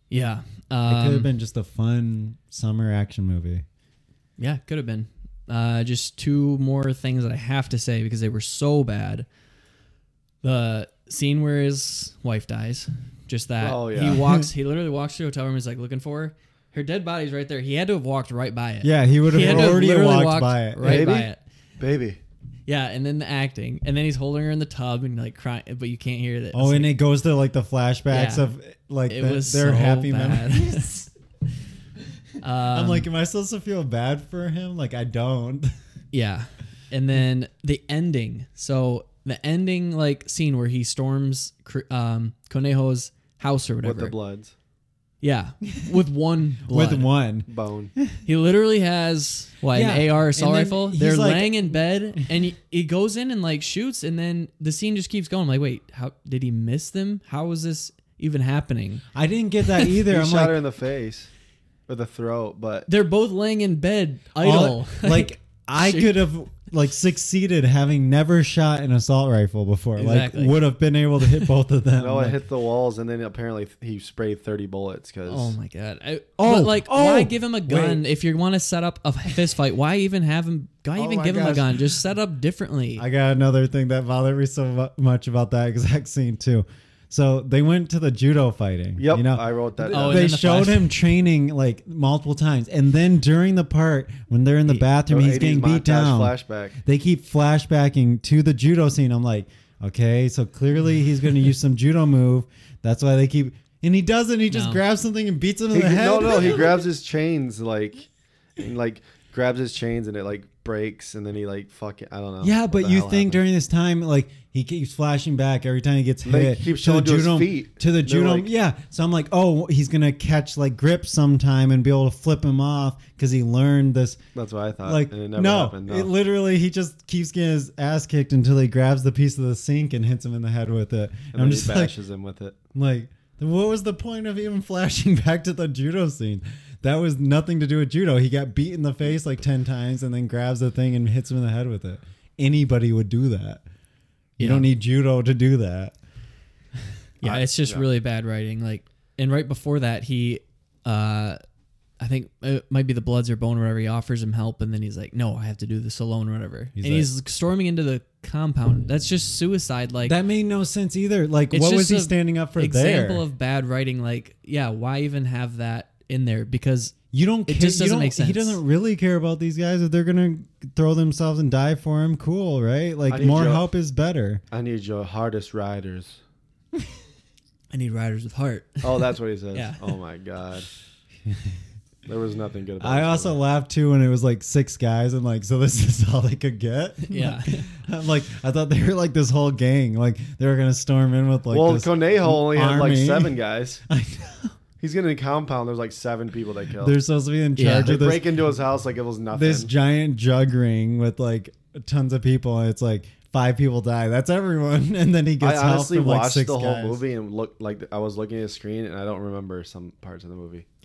yeah,
could
um,
have been just a fun summer action movie.
Yeah, could have been. Uh, just two more things that I have to say because they were so bad. The scene where his wife dies, Just that
Oh, yeah.
he walks. He literally walks through a hotel room. He's like looking for her. Her dead body's right there. He had to have walked right by it.
Yeah, he would
had
have
to have
already
literally
walked, by it.
Right by
Maybe.
it.
baby.
Yeah, and then the acting, and then he's holding her in the tub and like crying, but you can't hear that.
Oh, and it goes to like the flashbacks
Yeah.
of like
it
the,
was
their
so
happy
bad. Um,
memories. I'm like, am I supposed to feel bad for him? Like, I don't.
Yeah. And then the ending. So the ending like scene where he storms Cr- um Conejo's house or whatever.
With the bloods.
Yeah. With one blood.
With one,
Bone.
He literally has what an
Yeah.
AR assault
And then
rifle.
he's
They're
like-
laying in bed and he, he goes in and like shoots and then the scene just keeps going. I'm like, wait, how did he miss them? How is this even happening?
I didn't get that either.
He
I'm
shot
like,
her in the face. Or the throat, but
They're both laying in bed idle.
all- like I
shoot.
could have like succeeded having never shot an assault rifle before.
Exactly.
Like, would have been able to hit both of them.
no,
like,
it hit the walls, and then apparently he sprayed thirty bullets because
Oh my god! I,
Oh,
but like,
oh,
why give him a gun
wait.
if you want to set up a fist fight? Why even have him? Why even
Oh my
give him a
gosh.
gun? Just set up differently.
I got another thing that bothered me so mu- much about that exact scene too. So they went to the judo fighting.
Yep,
you know,
I wrote that
Oh,
down.
and
they
then the
showed
flash-
him training like multiple times, and then during the part when they're in the bathroom,
So
he's
80s
getting
uh, montage
beat down.
Flashback.
They keep flashbacking to the judo scene. I'm like, okay, so clearly he's going to use some judo move. That's why they keep. And he doesn't. He just
No.
grabs something and beats him in
He,
the head.
no, no, he grabs his chains like, and, like grabs his chains, and it like breaks, and then he like fucking I don't know.
Yeah,
what
but
the
you
hell
think
happened.
during this time, like he keeps flashing back every time he gets
Like,
hit.
he keeps
to the
showing to his
judo-
feet.
to the
They're
judo.
like-
yeah, so I'm like, oh, he's gonna catch like grip sometime and be able to flip him off because he learned this.
that's what I thought.
Like
and it never
no,
happened. No.
it literally he just keeps getting his ass kicked until he grabs the piece of the sink and hits him in the head with it. And I'm
and then
just
he
like,
bashes him with it.
like, what was the point of even flashing back to the judo scene? That was nothing to do with judo. He got beat in the face like ten times and then grabs the thing and hits him in the head with it. Anybody would do that. You
Yeah.
don't need judo to do that.
yeah, it's just really bad writing. Like, and right before that, he, uh, I think it might be the Bloods or Bone or whatever. He offers him help, and then he's like, "No, I have to do this alone," or whatever. and
like-
he's storming into the compound. That's just suicide. Like
That made no sense either. Like,
It's
what
just
was he
a
standing up for
example
there?
of bad writing. Like, yeah, why even have that in there? Because
you don't.
it
Care,
just
you
doesn't
don't-
make
He
sense.
doesn't really care about these guys. If they're gonna throw themselves and die for him, cool, right? Like,
need
more
your-
help is better.
I need your hardest riders.
I need writers with heart.
Oh, that's what he says.
Yeah.
Oh my god. There was nothing good. About
I
this
also
movie.
laughed too when it was like six guys and like so this is all they could get.
Yeah.
I'm like I thought they were like this whole gang. Like they were gonna storm in with like
well,
this
Conejo only had like
army.
seven guys.
I know.
He's getting a compound. There's like seven people they killed.
They're supposed to be in
Yeah.
charge
they
of this
break into his house like it was nothing.
this giant jug ring with like tons of people and it's like five people die. That's everyone. And then he
I
gets help
honestly
from like
watched
six
the whole
guys.
movie and looked like I was looking at a screen and I don't remember some parts of the movie.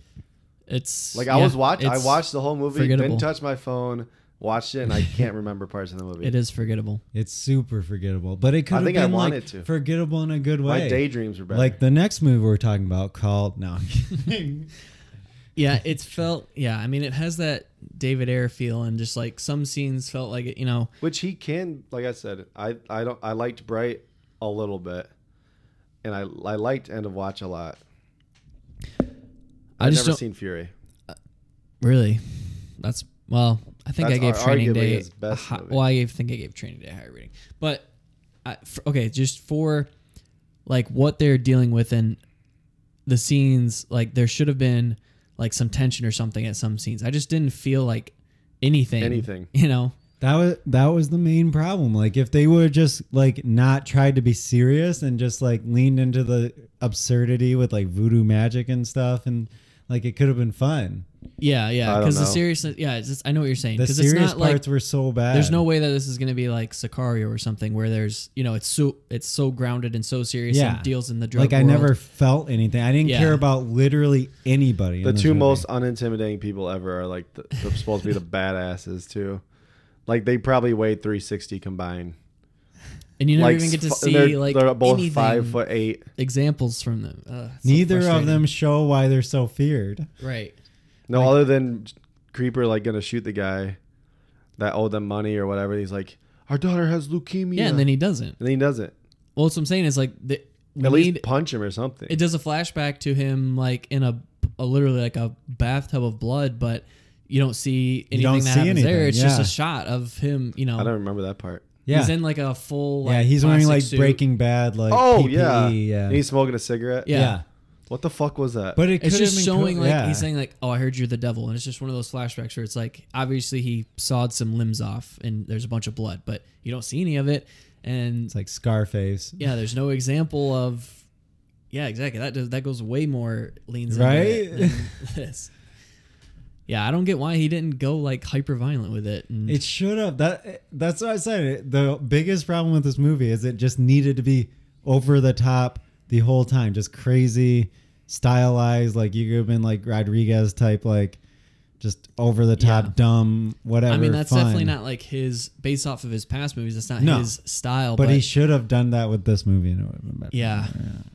It's
Like I
yeah,
was watching, I
it's-
watched the whole movie,
forgettable.
didn't touch my phone, watched it, and I can't remember parts of the movie.
It is forgettable.
It's super forgettable. But it could have
think I
been
wanted
like
to.
forgettable in a good way.
My daydreams were better.
like the next movie we're talking about called No. I'm kidding.
Yeah, it felt. Yeah, I mean, it has that David Ayer feel, and just like some scenes felt like it. You know,
which he can, like I said, I I don't I liked Bright a little bit, and I I liked End of Watch a lot.
I
I've
just
never
don't
seen Fury.
really. That's well. I think I
That's
gave
ar-
Training
arguably
Day.
his best
a hi-
movie.
well, I gave, think I gave Training Day a higher rating, but I f okay, just for like what they're dealing with and the scenes, like there should have been like some tension or something at some scenes. I just didn't feel like anything.
Anything.
You know.
That was that was the main problem. Like if they would have just like not tried to be serious and just like leaned into the absurdity with like voodoo magic and stuff and like it could have been fun.
Yeah, yeah.
I don't
Because the
know.
seriousness. Yeah, it's just, I know what you're saying.
The
Because it's
serious
not like
parts were so bad.
There's no way that this is going to be like Sicario or something where there's, you know, it's so it's so grounded and so serious
Yeah.
and deals in the drug
like I
world.
never felt anything. I didn't
Yeah.
care about literally anybody.
The
in this
two
movie.
most unintimidating people ever are like the, they're supposed to be the badasses too. Like they probably weigh 360 combined.
and you never
like
even get to
f-
see
they're,
like
they're both
anything,
five foot eight.
examples from them. Ugh, it's so
neither of
frustrating.
them show why they're so feared.
Right.
No, other than Creeper, like gonna shoot the guy that owed them money or whatever. He's like, "Our daughter has leukemia."
Yeah, and then he doesn't.
and then he doesn't.
Well, that's what I'm saying is like the, we
At
need
least punch him or something.
it does a flashback to him like in a, a literally like a bathtub of blood, but you don't see anything that
don't see
happens there.
anything,
It's just
yeah.
a shot of him, you know.
I don't remember that part.
Yeah,
He's in like a full like
yeah. He's wearing
plastic
like
suit.
Breaking Bad, like
Oh
PPE,
yeah.
yeah.
And he's smoking a cigarette.
E, Yeah.
Yeah.
What the fuck was that?
But it
It's
could have
just
been co-
showing like
yeah.
he's saying like, "Oh, I heard you're the devil," and it's just one of those flashbacks where it's like, obviously he sawed some limbs off, and there's a bunch of blood, but you don't see any of it, and
it's like Scarface,
yeah, there's no example of, yeah, exactly that does, that goes way more leans into it
right?
than this. Yeah, I don't get why he didn't go like hyper violent with it. And
It should have. That that's what I said. The biggest problem with this movie is it just needed to be over the top the whole time, just crazy, stylized. Like you could have been like Rodriguez type, like just over the top,
Yeah.
dumb, whatever.
I mean, that's
fun.
definitely not like his based off of his past movies. That's not
No.
his style.
But, he should have done that with this movie, and it would have been better.
yeah,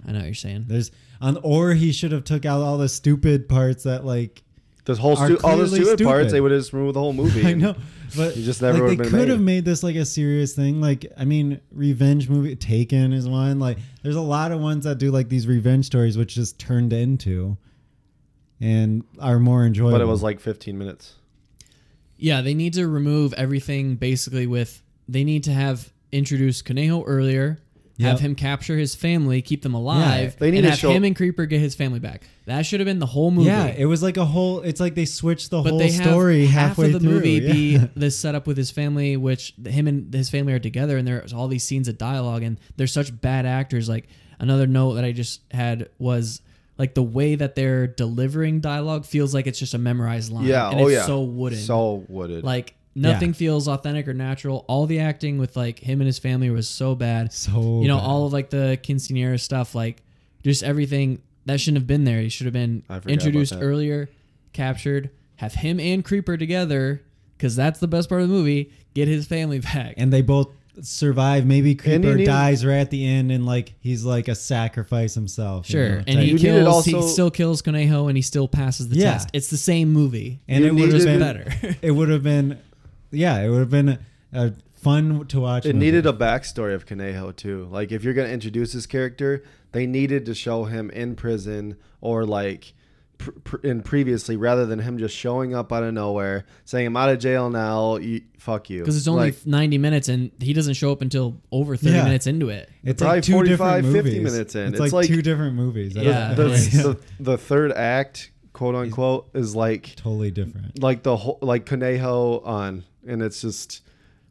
I know what you're saying.
There's on or he should have took out all the stupid parts that like
This whole
are
stu- all those
clearly
stupid, parts,
stupid.
they would have just removed the whole movie.
I know, but
You just never
like,
would've
they
been
could
made.
have made this like a serious thing. Like, I mean, revenge movie Taken is one. Like, there's a lot of ones that do like these revenge stories, which just turned into and are more enjoyable.
But it was like 15 minutes.
Yeah, they need to remove everything basically with they need to have introduced Conejo earlier, have
Yep.
him capture his family, keep them alive,
They need
and
to
have
show-
him and Creeper get his family back. That should have been the whole movie.
yeah, it was like a whole. It's like they switched the
but
whole
they have
story
half
halfway
of the
through.
movie
yeah.
be this setup with his family, which him and his family are together, and there's all these scenes of dialogue, and they're such bad actors. Like another note that I just had was like the way that they're delivering dialogue feels like it's just a memorized line.
Yeah.
and
oh
it's
yeah.
so wooden.
So wooden.
Like nothing feels authentic or natural. All the acting with like him and his family was so bad.
So
you know
bad.
all of like the quinceanera stuff, like just everything that shouldn't have been there. He should have been
I forgot about
introduced
that.
earlier, captured, have him and Creeper together because that's the best part of the movie. Get his family back.
and they both survive. Maybe Creeper
need-
dies right at the end, and like he's like a sacrifice himself. you know,
sure,
type.
and he
You needed
kills. he
also-
still kills Conejo, and he still passes the
Yeah.
test. It's the same movie.
and
You
it would have
needed-
been
Better.
it would have been, yeah, it would have been a, a fun to watch.
it
movie.
needed a backstory of Conejo too. Like if you're gonna introduce this character, they needed to show him in prison or like pr- pr- in previously, rather than him just showing up out of nowhere saying I'm out of jail now. You, fuck you.
Because it's only
Like,
90 minutes, and he doesn't show up until over 30
Yeah.
minutes into it.
It's
Probably
like two
45,
different
50
movies.
minutes in.
It's,
It's
like,
like-
two different movies. I don't-
Yeah.
the,
Yeah.
the, the third act, quote unquote, is like
totally different.
like the whole like Conejo on, and it's just.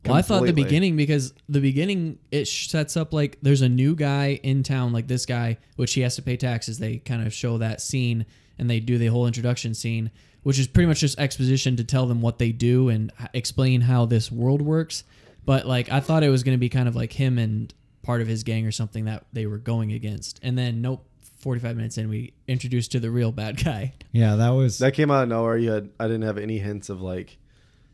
Well, I thought the
completely-
beginning because the beginning it sh- sets up like there's a new guy in town, like this guy, which he has to pay taxes. They kind of show that scene and they do the whole introduction scene, which is pretty much just exposition to tell them what they do and h- explain how this world works. But like I thought it was going to be kind of like him and part of his gang or something that they were going against, and then nope. 45 minutes in we introduced to the real bad guy
Yeah, that was
that came out of nowhere. You had I didn't have any hints of like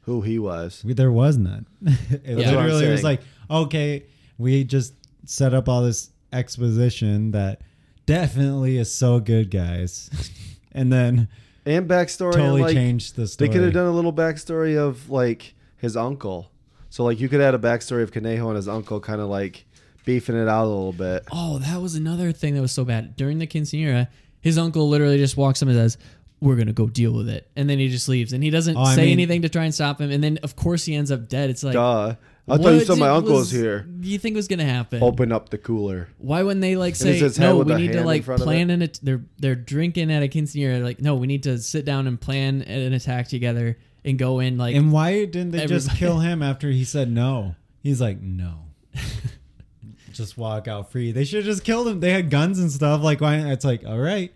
who he was.
we- there was none. it
what I'm
literally was
saying.
like, okay, we just set up all this exposition that definitely is so good, guys, and then
and backstory and,
totally
like,
changed the story.
They could have done a little backstory of like his uncle. So like you could add a backstory of Conejo and his uncle kind of like beefing it out a little bit.
Oh, that was another thing that was so bad. During the quinceanera, his uncle literally just walks him and says, "We're gonna go deal with it," and then he just leaves, and he doesn't
Oh, I
say
mean-
anything to try and stop him. And then, of course, he ends up dead. It's like,
Duh. I thought you
what
said my uncle
was-
was here.
You think was gonna happen?
Open up the cooler.
Why wouldn't they like
And it's
say
his head
no?
with
We
a
need
hand
to
in
like
front of
plan
it."
an. At- they're they're drinking at a quinceanera. Like, no, we need to sit down and plan an attack together and go in like.
And why didn't they just
Everybody-
kill him after he said no? He's like, no. just walk out free. They should have just killed him. They had guns and stuff. Like why it's like, all right,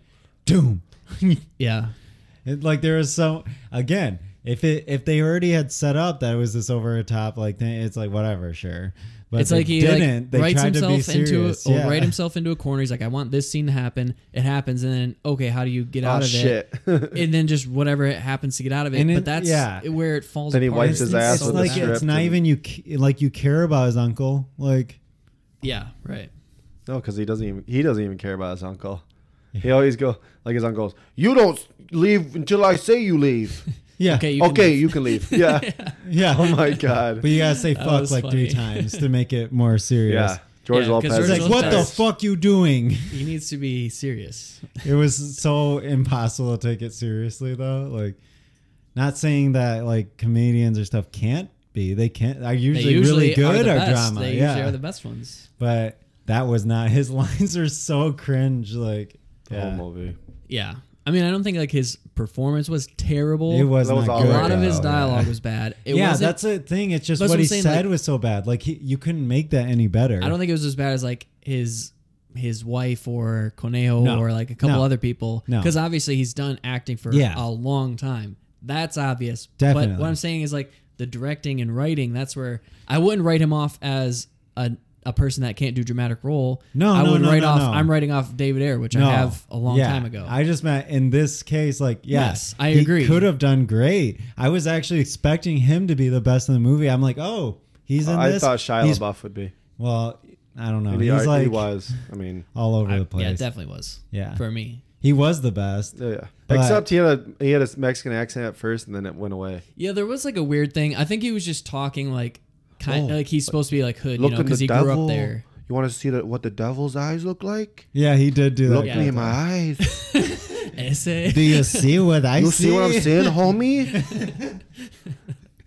doom.
yeah,
It, like there was so again, if it if they already had set up that it was this over the top like thing, it's like whatever, sure. But
it's
they
like he
didn't.
like
they
writes
tried
himself
to be serious.
into a,
yeah.
or write himself into a corner. He's like, I want this scene to happen. It happens, and then okay, how do you get
Oh
out of it?
shit.
and then just whatever it happens to get out of it.
And
but
it-
that's
yeah.
where it falls.
Then he
apart.
wipes his
It's,
ass
it's
with
like
strip
it's not
and-
even you ca- like you care about his uncle. Like
Yeah, right.
no, cuz he doesn't even he doesn't even care about his uncle. He always go like his uncle goes, "You don't leave until I say you leave."
yeah.
Okay, you can
okay,
leave.
you can leave. Yeah.
Yeah.
Oh my god.
But you gotta say fuck
was
like three
funny.
times to make it more serious.
Yeah.
Yeah,
George
'cause
Lopez.
George
is
It's like, what the
Lopez.
best.
fuck you doing?
He needs to be serious.
It was so impossible to take it seriously, though. Like, not saying that like comedians or stuff can't be. They can't. Are
They
usually,
usually
really good
are
or
the best.
drama.
They
yeah,
usually are the best ones.
but that was not his lines. Are so cringe. Like,
The whole
yeah.
movie.
Yeah. I mean, I don't think like his performance was terrible.
It was
That was
not
all
a
good,
lot of his
Oh,
though.
dialogue was bad. It
yeah,
wasn't-
that's the thing. It's just
That's
what,
what I'm
he
saying,
said
like-
was so bad. Like he, you couldn't make that any better.
I don't think it was as bad as like his his wife or Conejo
No.
or like a couple
No.
other people.
No.
Because obviously he's done acting for
Yeah.
a long time. That's obvious. But
Definitely.
what I'm saying is like the directing and writing, that's where I wouldn't write him off as a a person that can't do dramatic role.
No,
I
no,
would
no,
write
no,
off
no.
I'm writing off David Ayer, which
No.
I have a long
Yeah.
time ago.
I just meant in this case, like
Yes,
yes,
I
he
agree.
Could have done great. I was actually expecting him to be the best in the movie. I'm like, oh, he's in
I
this.
thought Shia
He's-
LaBeouf would be.
Well, I don't know.
Maybe
he's
he
like
was. I mean,
all over
I-
the place.
Yeah, it definitely was.
Yeah.
For me.
he was the best.
yeah. Oh, yeah.
But-
Except he had a he had a Mexican accent at first, and then it went away.
Yeah, there was like a weird thing. I think he was just talking like kind
Oh.
like he's supposed to be like hood,
Look
you know,
at the
because he
devil.
grew up there.
You want to see the, what the devil's eyes look like?
Yeah, he did do
Look
that.
me in my eyes.
Essay.
Do you see what I
You
see?
see what I'm saying, homie?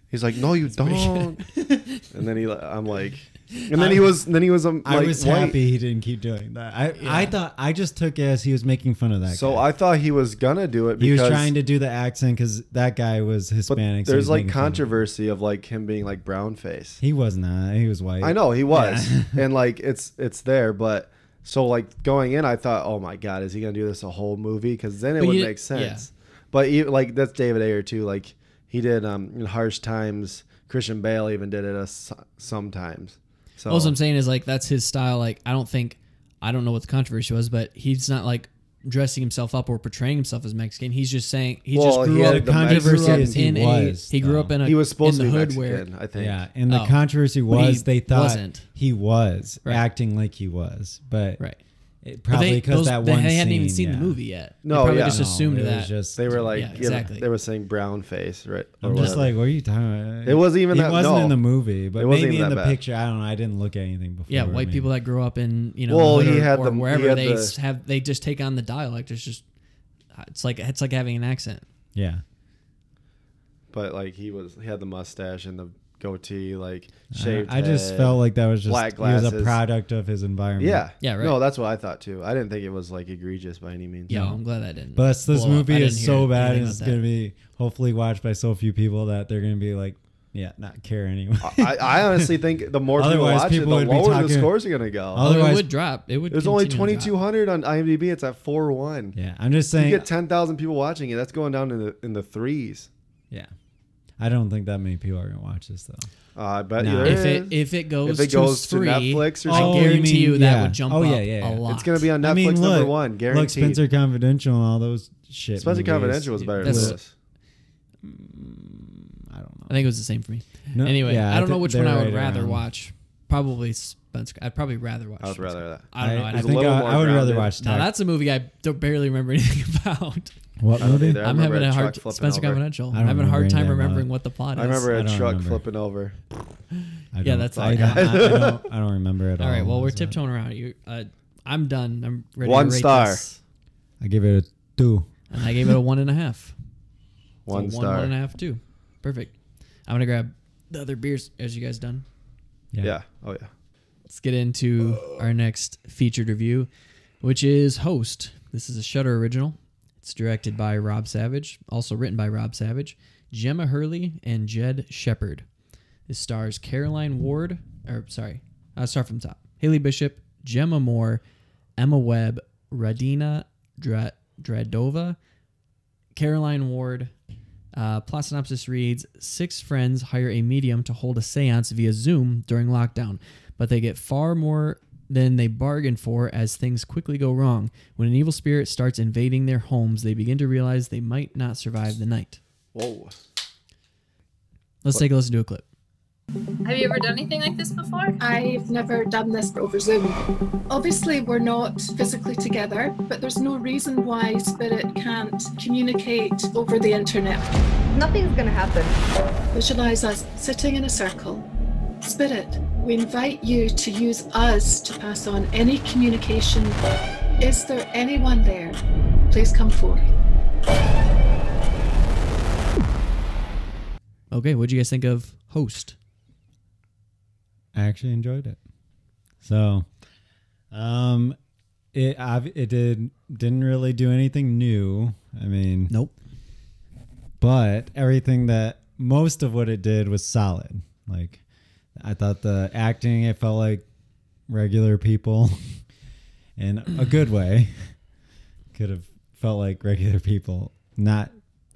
He's like, no, you don't. and then he, I'm like, and then he was, then he was, um,
I
like,
was
white.
happy he didn't keep doing that. I, I thought I just took it as he was making fun of that.
So
guy.
I thought he was gonna do it.
he
Because,
was trying to do the accent because that guy was
But
Hispanic. so he
there's
was
like
making fun of him.
controversy of like him being like brown face.
He was not. He was white.
I know he was, and like it's it's there, but so like going in, I thought, oh my god, is he gonna do this a whole movie? Because then it
But
would
you-
make sense. But even, like that's David Ayer too. Like he did um in Harsh Times. Christian Bale even did it us sometimes. So
Oh.
All I'm saying is like that's his style. Like I don't think I don't know what the controversy was, but he's not like dressing himself up or portraying himself as Mexican. He's just saying he
Well,
just grew
he had
up.
the
grew
controversy
up
Mexican-
is he
in
was.
a. He grew
though.
up in a.
he was supposed
in
to
the
be
hood
Mexican,
where
I think.
Yeah, and the
Oh.
controversy
he
was they thought
wasn't.
he was
Right.
acting like he was, but
right.
it,
But
probably
they-
because
those-
that
they
one.
hadn't even
scene,
seen the
yeah.
movie yet. They
No,
probably
yeah.
just
No,
assumed
it was
that.
just-
They were like,
Yeah,
you know,
exactly.
they were saying brown face, right? or
I'm just
whatever.
like, what are you talking about?
It wasn't even
It
that-
wasn't
no.
in the movie, but
It wasn't
maybe
even
in
that
the
bad.
picture. I don't. know. I didn't look at anything before.
yeah, white
maybe.
people that grew up in you know,
Well,
the hood
he
or,
had
or
the- he
wherever
had
they
the-
s- have they just take on the dialect. It's just it's like it's like having an accent.
Yeah,
but like he was he had the mustache and the goatee, like
Uh,
shaved.
I just
head.
felt like that was just
black
he was a
glasses.
product of his environment.
Yeah.
Yeah, right.
No, that's what I thought too. I didn't think it was like egregious by any means.
Yeah, I'm glad I didn't.
But this
blow up. I
movie
didn't
is
hear
so bad,
anything
and it's
about that.
going to be hopefully watched by so few people that they're going to be like, yeah, not care anyway.
I, I honestly think the more people
Otherwise,
watch
people
it,
would
the
be
lower the
talking-
scores are gonna go.
Other-
Well, it
Otherwise-
would drop. It would.
There's only
continue to drop.
2,200 on IMDb. It's at four one.
yeah, I'm just
You
saying.
get 10,000 people watching it. That's going down in the in the threes.
yeah, I don't think that many people are going to watch this though.
Uh, I bet
Nah.
you there
If
is.
it if it goes,
it goes to
three,
Netflix or
I
something.
guarantee
Oh, you
you,
mean-
that
yeah.
would jump
Oh,
up
yeah, yeah, yeah.
a lot.
it's gonna be on Netflix
I mean,
number
look,
one,
Look,
guaranteed.
Spencer Confidential and all those shit.
Spencer
movies.
Confidential was better than
That's-
this.
I don't know.
I think it was the same for me.
No,
anyway,
yeah,
I don't know
th-
which
they're
one I would
right
rather
around.
watch. Probably Spencer. I'd probably rather watch.
I would
Spencer.
rather that.
I don't know. I,
I
just-
think
little
I,
more
I would rather
grounded.
watch
now
that.
that's a movie I don't barely remember anything about.
what
I don't
movie?
either. I
I'm
remember
having a
a
hard
truck flipping
Spencer
over.
Confidential.
I
I'm
don't
having a hard
remember
time
anything about
remembering
it.
what the plot is.
I remember
I
a
don't
truck
remember.
flipping over.
I
Yeah,
don't-
that's all
I
I
don't,
got.
I, I don't, I don't remember at all.
All right. Well, we're
So
tiptoeing around. You, uh, I'm done. I'm ready.
One
to rate
star.
this.
I give it a two.
And I gave it a one and a half. So
One
One,
star.
one and a half, two. Perfect. I'm gonna grab the other beers. As you guys done?
Yeah. Oh yeah.
Let's get into our next featured review, which is Host. This is a Shutter original. It's directed by Rob Savage, also written by Rob Savage, Gemma Hurley, and Jed Shepard. This stars Caroline Ward, or sorry, I'll start from the top. Haley Bishop, Gemma Moore, Emma Webb, Radina Dra- Dradova, Caroline Ward. Uh, plot synopsis reads Six friends hire a medium to hold a seance via Zoom during lockdown, but they get far more than they bargained for as things quickly go wrong. When an evil spirit starts invading their homes, they begin to realize they might not survive the night.
Whoa.
Let's take a listen to a clip.
Have you ever done anything like this before?
I've never done this over Zoom. Obviously, we're not physically together, but there's no reason why spirit can't communicate over the internet.
Nothing's gonna happen.
Visualize us sitting in a circle. Spirit, We invite you to use us to pass on any communication. Is there anyone there? Please come forth.
Okay, what do you guys think of Host?
I actually enjoyed it. So, um, it I've, it did didn't really do anything new. I mean,
Nope.
but everything that most of what it did was solid. Like I thought the acting, it felt like regular people in a good way. Could have felt like regular people, not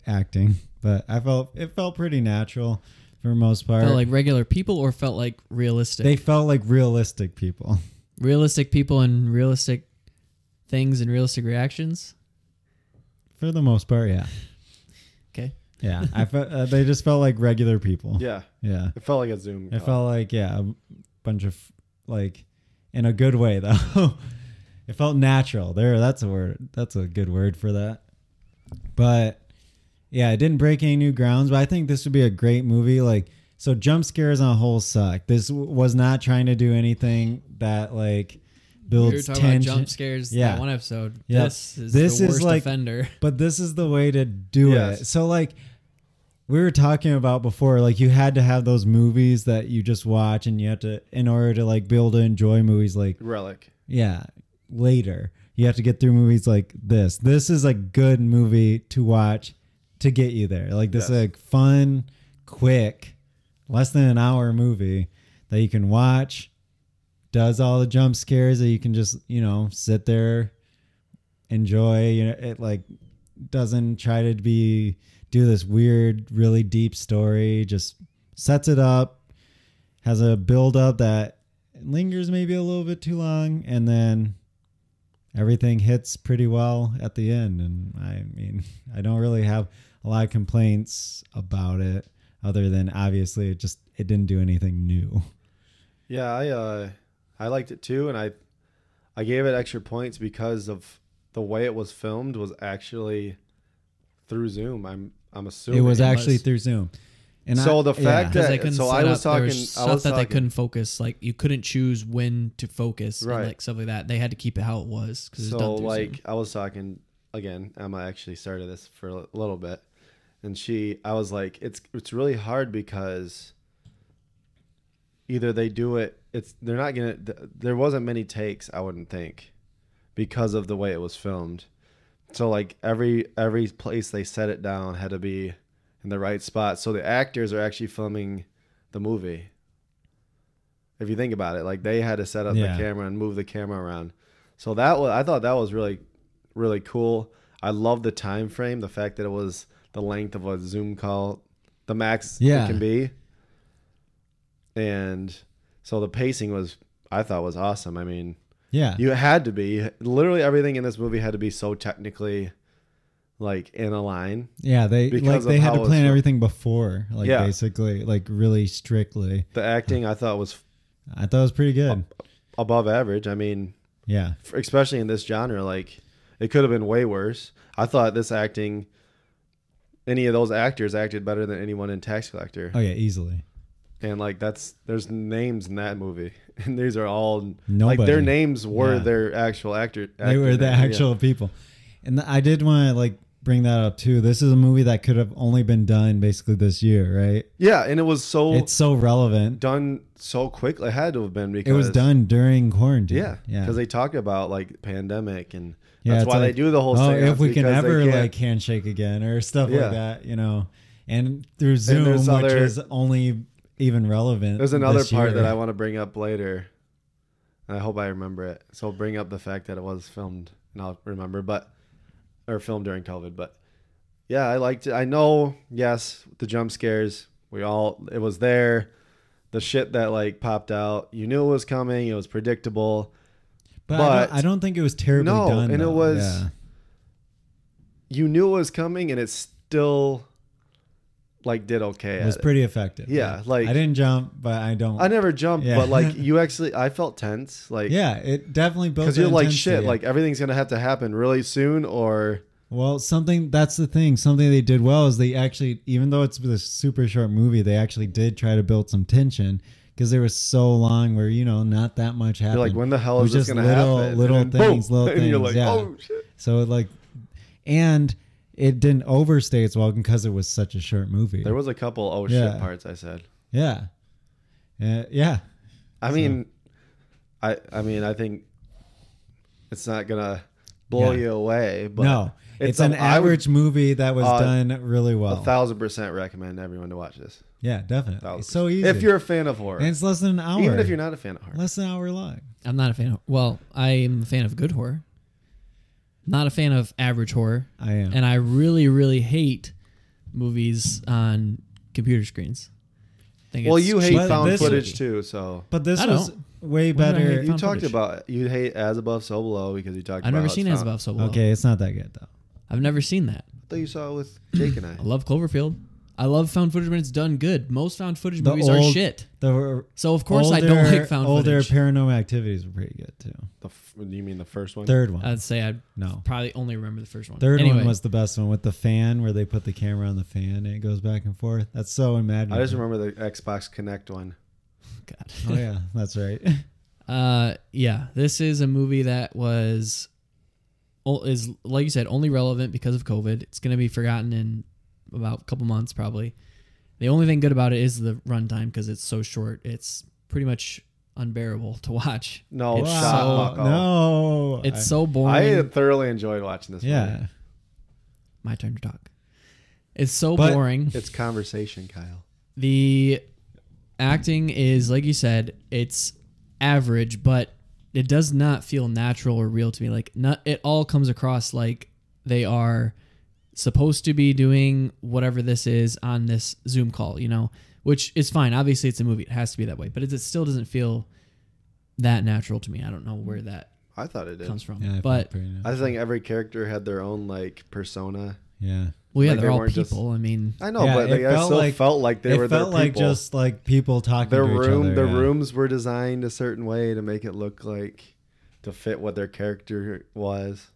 acting, but I felt it felt pretty natural for the most part.
Felt like regular people or felt like realistic?
they felt like realistic people.
realistic people and realistic things and realistic reactions.
For the most part, yeah.
Okay.
Yeah, I felt uh, they just felt like regular people.
Yeah,
Yeah.
it felt like a Zoom.
It
call.
felt like yeah, a bunch of like in a good way though. it felt natural. There, that's a word. That's a good word for that. But yeah, it didn't break any new grounds. But I think this would be a great movie. Like so, jump scares on a whole suck. This w- was not trying to do anything that like
We
builds
were talking
tension.
about jump scares
Yeah.
that one episode.
Yep.
This is
This
the
is
worst
like-
offender.
But this is the way to do it.
Yes.
So like we were talking about before, like you had to have those movies that you just watch and you have to in order to like be able to enjoy movies like
relic.
yeah, later. You have to get through movies like this. This is a good movie to watch to get you there. Like this is
Yes.
a fun, quick, less than an hour movie that you can watch, does all the jump scares that you can just, you know, sit there, enjoy, you know, it like doesn't try to be do this weird, really deep story, just sets it up, has a build up that lingers maybe a little bit too long and then everything hits pretty well at the end and i mean i don't really have a lot of complaints about it other than obviously it just it didn't do anything new
Yeah, I uh, I liked it too, and I I gave it extra points because of the way it was filmed was actually through Zoom. I'm I'm assuming
it was actually
was.
through zoom and
So the fact
yeah,
Because
that-
they couldn't
so
set
I was
up, there
talking- I
was stuff
was
that they
talking-
couldn't focus. Like you couldn't choose when to focus, and,
Right.
like stuff like that. They had to keep it how it was because
so
done through
like
Zoom.
I was talking again. Emma actually started this for a little bit, and she I was like, it's it's really hard because either they do it. It's they're not gonna. th- There wasn't many takes. I wouldn't think because of the way it was filmed. So like every every place they set it down had to be in the right spot. So the actors are actually filming the movie. If you think about it, like they had to set up
Yeah.
the camera and move the camera around. So that was I thought that was really really cool. I love the time frame, the fact that it was the length of a Zoom call, the max
Yeah.
it can be. And so the pacing was I thought was awesome. I mean,
yeah
you had to be. Literally everything in this movie had to be so technically like in a line.
yeah they
because
like
of
they had
how
to
it was
plan
filmed.
everything before like
Yeah.
basically like really strictly
The acting I thought was
i thought it was pretty good
Uh, above average. I mean,
yeah
f- especially in this genre, like it could have been way worse. I thought this acting any of those actors acted better than anyone in Tax Collector.
oh yeah easily
And like that's there's names in that movie. And these are all like
Nobody.
their names were
Yeah.
their actual actor.
they
actor
were the
names, yeah.
actual people and th- i did want to like bring that up too this is a movie that could have only been done basically this year right
Yeah, and it was so
it's so relevant
done so quickly. It had to have been because
it was done during quarantine
Yeah,
yeah
because they talk about like pandemic, and
Yeah,
that's
it's
why they
like,
do the whole.
oh
seance
if we can
because they
ever
can't-
like handshake again or stuff
Yeah.
like that you know and through zoom
there's
which
other-
is only even relevant
There's another
this
part
year.
that I want to bring up later, and I hope I remember it. So I'll bring up the fact that it was filmed, and I'll remember, but or filmed during COVID. But yeah, I liked it. I know, yes, the jump scares. We all it was there. The shit that like popped out, you knew it was coming. It was predictable.
but, I,
but-
don't, I don't think it was terribly
No,
done
and it
though.
was-
yeah.
You knew it was coming, and it still like did okay.
it was
at it.
pretty effective
Yeah, like-
i didn't jump but i don't
I never jumped,
Yeah.
but like you actually, I felt tense. Like,
yeah it definitely built
because you're
the
like,
intensity
shit,
up.
like everything's gonna have to happen really soon, or
Well, something that's the thing. Something they did well is they actually, even though it's a super short movie, they actually did try to build some tension because there was so long where you know not that much happened.
like, when the hell
It
is
was
this
just
gonna
little,
happen?
Little
And then
things,
boom.
little
And
things.
you're like,
yeah.
oh, shit.
So it, like, and it didn't overstay its welcome because it was such a short movie.
There was a couple oh
Yeah.
shit parts I said.
yeah, uh, yeah.
I mean, I I mean I think it's not gonna blow
Yeah.
you away, but
no, it's, an
a- I would
average movie that was
Uh,
done really
a
well.
thousand percent recommend everyone to watch this.
yeah, definitely.
Thousand
It's so
percent.
easy.
If you're a fan of horror,
and it's less than an hour.
even if you're not a fan of horror,
less than an hour long.
I'm not a fan of. Well, I am a fan of good horror. Not a fan of average horror.
I am.
and I really, really hate movies on computer screens. I think
well,
it's
you hate
cheap.
found
this-
footage too, so.
but this
I
was
don't.
way
Why do I
better.
hate
You
Found
talked
footage.
about you hate as above so below because you talked.
I've
about
never
how
seen
it's
As
found.
Above So Below.
Okay, it's not that good though.
I've never seen that.
I thought you saw it with Jake and I.
I
Oh,
love Cloverfield. I love found footage when it's done good. Most found footage
The
movies are
old-
shit.
The
So of course I don't
older-
like found
older
footage.
Paranormal Activities were pretty good too.
The f- you mean the first one?
Third one,
I'd say I'd
No.
probably only remember the first one.
third
Uh, Anyway,
one was the best one with the fan where they put the camera on the fan and it goes back and forth. That's so
I
imaginative.
just remember the Xbox Connect one.
God.
Oh yeah, that's right.
Uh, yeah, this is a movie that was, o- is like you said, only relevant because of COVID. It's gonna be forgotten in about a couple months probably. The only thing good about it is the runtime because it's so short. It's pretty much unbearable to watch.
No,
it's
shot
so,
Bucko.
no,
it's
I-
so boring.
I thoroughly enjoyed watching this.
yeah.
movie.
My turn to talk. It's so
But-
boring.
it's conversation, Kyle.
The acting is, like you said, it's average, but it does not feel natural or real to me. Like, not, it all comes across like they are supposed to be doing whatever this is on this Zoom call, you know, which is fine. Obviously, it's a movie, it has to be that way, but it, it still doesn't feel that natural to me. I don't know where that
I thought it did.
comes from.
Yeah, I felt
but,
pretty nice.
I think every character had their own like persona.
yeah.
well, yeah,
like,
they're
they
all
weren't
people.
just-
I mean,
I know,
Yeah,
but like,
it
I
felt
still
like-
felt like they
it
were
felt
their
like
people.
just like people talking
their
to each
room.
other.
their
yeah.
rooms were designed a certain way to make it look like to fit what their character was.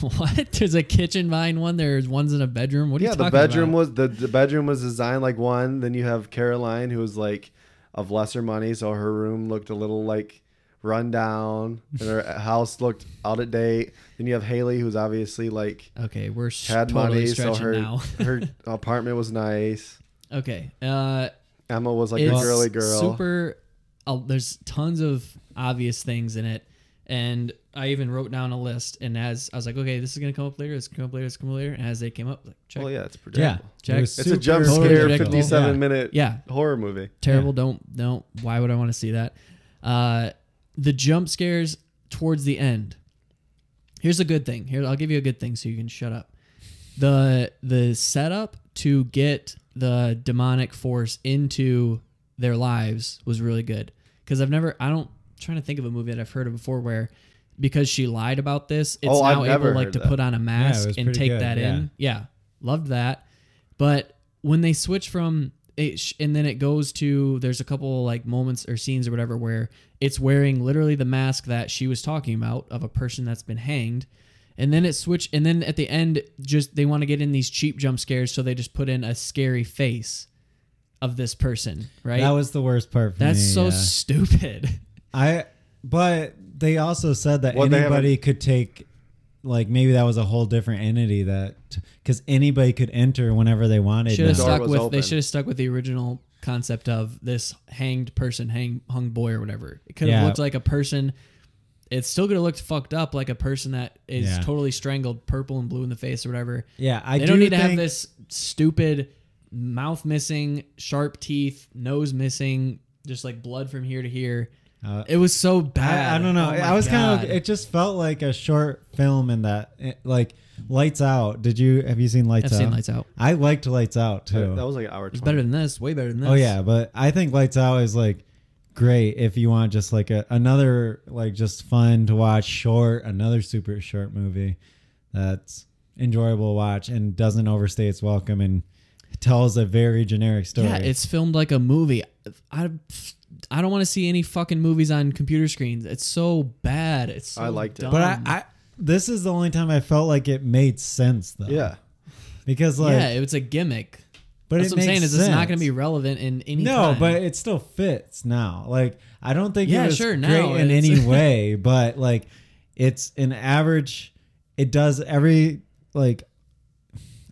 what? There's a kitchen behind one, there's ones in a bedroom. What are
Yeah,
you
the
talking
bedroom
about?
was the, the bedroom was designed like one. Then you have Caroline, who was like of lesser money, so her room looked a little like run down, and her house looked out of date. Then you have Haley, who's obviously like
Okay, we're sh-
had
totally
money, so
stretching
her
now.
her apartment was nice.
okay, uh,
Emma was like a
it's
girly girl.
super. Uh, there's tons of obvious things in it, and I even wrote down a list. And as I was like, okay, this is gonna come up later. This is gonna come up later. This is gonna come up later. And as they came up, like, check,
Well, yeah, it's
Yeah.
predictable.
Jack-
it was
It's a jump
Totally
scare,
predictable.
fifty-seven
Yeah.
minute
Yeah.
horror movie.
terrible. Don't don't. Why would I want to see that? Uh, the jump scares towards the end. Here's a good thing. Here, I'll give you a good thing so you can shut up. The the setup to get the demonic force into their lives was really good because I've never. I don't. Trying to think of a movie that I've heard of before where because she lied about this, it's
Oh, I've
now
never
able like
heard
to
that.
put on a mask
was
and
pretty
take
good,
that
yeah.
in. Yeah, loved that. But when they switch from it, sh- and then it goes to there's a couple like moments or scenes or whatever where it's wearing literally the mask that she was talking about of a person that's been hanged, and then it switch and then at the end just they want to get in these cheap jump scares, so they just put in a scary face of this person, right?
That was the worst part for
that's
me.
so
yeah.
stupid.
I but they also said that
Well, they
anybody could take like maybe that was a whole different entity that because anybody could enter whenever they wanted.
should have
now.
door
stuck
was
with they
open.
should have stuck with the original concept of this hanged person hang hung boy or whatever it could have
Yeah.
looked like a person it's still could have looked fucked up like a person that is
Yeah.
totally strangled purple and blue in the face or whatever
Yeah, I
they don't
do
need to have
think-
this stupid mouth missing sharp teeth nose missing just like blood from here to here
Uh,
it was so
I,
bad
I don't know.
Oh my
I was kind
God.
of. It just felt like a short film in that, it- like Lights Out. Did you have you seen Lights
I've
Out?
seen Lights Out.
I liked Lights Out too.
That was like an hour.
it's
20.
better than this way better than this
oh yeah, but I think Lights Out is like great if you want just like a, another like just fun to watch short, another super short movie that's enjoyable to watch and doesn't overstay its welcome and tells a very generic story.
Yeah, it's filmed like a movie. I, I don't want to see any fucking movies on computer screens. It's so bad. It's so
I liked it.
dumb.
but I, I this is the only time I felt like it made sense though.
Yeah.
Because like
yeah, it was a gimmick.
But
That's
it
what I'm
makes
saying is it's not
sense.
going to be relevant in any.
No,
time.
but it still fits now. Like I don't think
Yeah,
it was
sure,
great
now
in
it's-
any way, but like it's an average. It does every like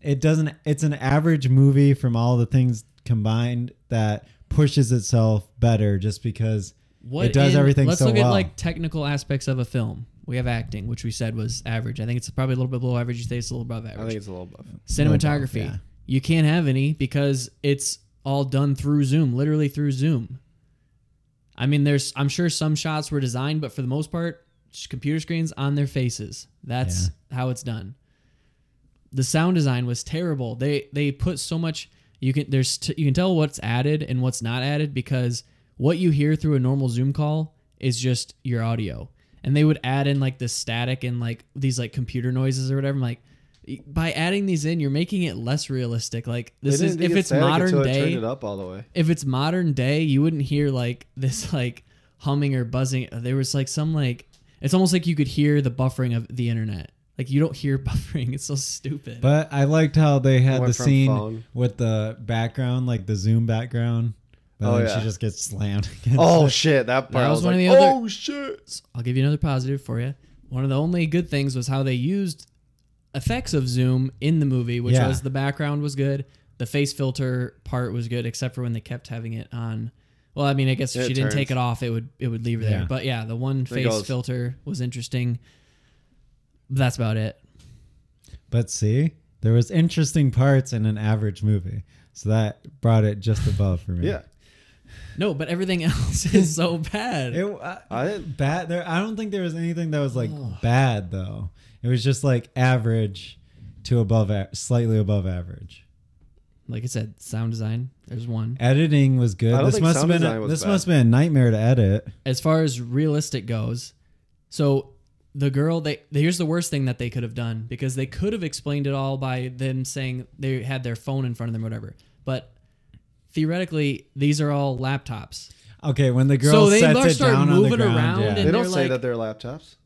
it doesn't. It's an average movie from all the things combined that pushes itself better just because
What
it does
in-
everything
Let's
so
look
well.
at like technical aspects of a film. We have acting, which we said was average. I think it's probably a little bit below average. You say it's a little above average.
I think it's a little buff.
Cinematography.
yeah.
You can't have any because it's all done through Zoom, literally through Zoom. I mean, there's I'm sure some shots were designed, but for the most part, sh- computer screens on their faces. That's how it's done. The sound design was terrible. They they put so much you can there's t- you can tell what's added and what's not added because what you hear through a normal Zoom call is just your audio. And they would add in like the static and like these like computer noises or whatever. I'm like y- by adding these in, you're making it less realistic. Like
They
this
didn't
is
think
if it's
static
modern
until
day
I turned it up all the way.
if it's modern day, you wouldn't hear like this like humming or buzzing. There was like some like it's almost like you could hear the buffering of the internet. Like you don't hear buffering. It's so stupid.
But I liked how they had
Went
the
from
scene
phone.
with the background, like the Zoom background. But
Oh,
then
yeah.
she just gets slammed. Against
Oh
it.
shit, that part.
That
I
was
was
one of
like,
the other-
oh shit.
So I'll give you another positive for you. One of the only good things was how they used effects of Zoom in the movie, which
Yeah.
was the background was good, the face filter part was good, except for when they kept having it on. Well, I mean, I guess if
It
she didn't take it
turns.
off, it would it would leave her there.
Yeah.
But yeah, the one face
goes.
filter was interesting. That's about it.
But see, there was interesting parts in an average movie, so that brought it just above for me.
Yeah.
No, but everything else is so bad.
It, uh,
I didn't-
bad. There, I don't think there was anything that was like bad though. It was just like average to above, a- slightly above average.
like I said, sound design. There's one.
Editing was good.
I don't
This
think
must have
sound
been
design
a,
was
this
bad.
must have been a nightmare to edit.
As far as realistic goes, so the girl they here's the worst thing that they could have done because they could have explained it all by them saying they had their phone in front of them or whatever. But theoretically, these are all laptops.
Okay, when the girl
So they
sets
start
it down on the
moving
ground,
around
yeah.
and
They
they're
don't say
like-
that they're laptops.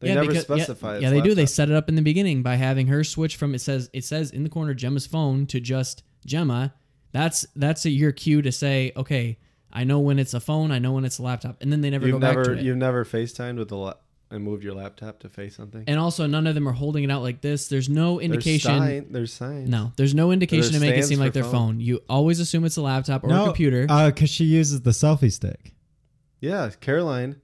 They never
because-
specify.
Yeah,
it's
yeah they do. They
laptop.
set it up in the beginning by having her switch from it says it says in the corner Gemma's phone to just Gemma. That's that's a, your cue to say, okay, I know when it's a phone, I know when it's a laptop, and then they never go
You've
back to
never
it.
you've never FaceTimed with the la- and moved your laptop to face something.
and also, none of them are holding it out like this. There's no indication.
There's, sign, there's signs.
No, there's no indication to
There's
make it
stands
seem like
for
their phone.
phone.
You always assume it's a laptop or a computer.
uh,
because uh, she uses the selfie stick.
Yeah, Caroline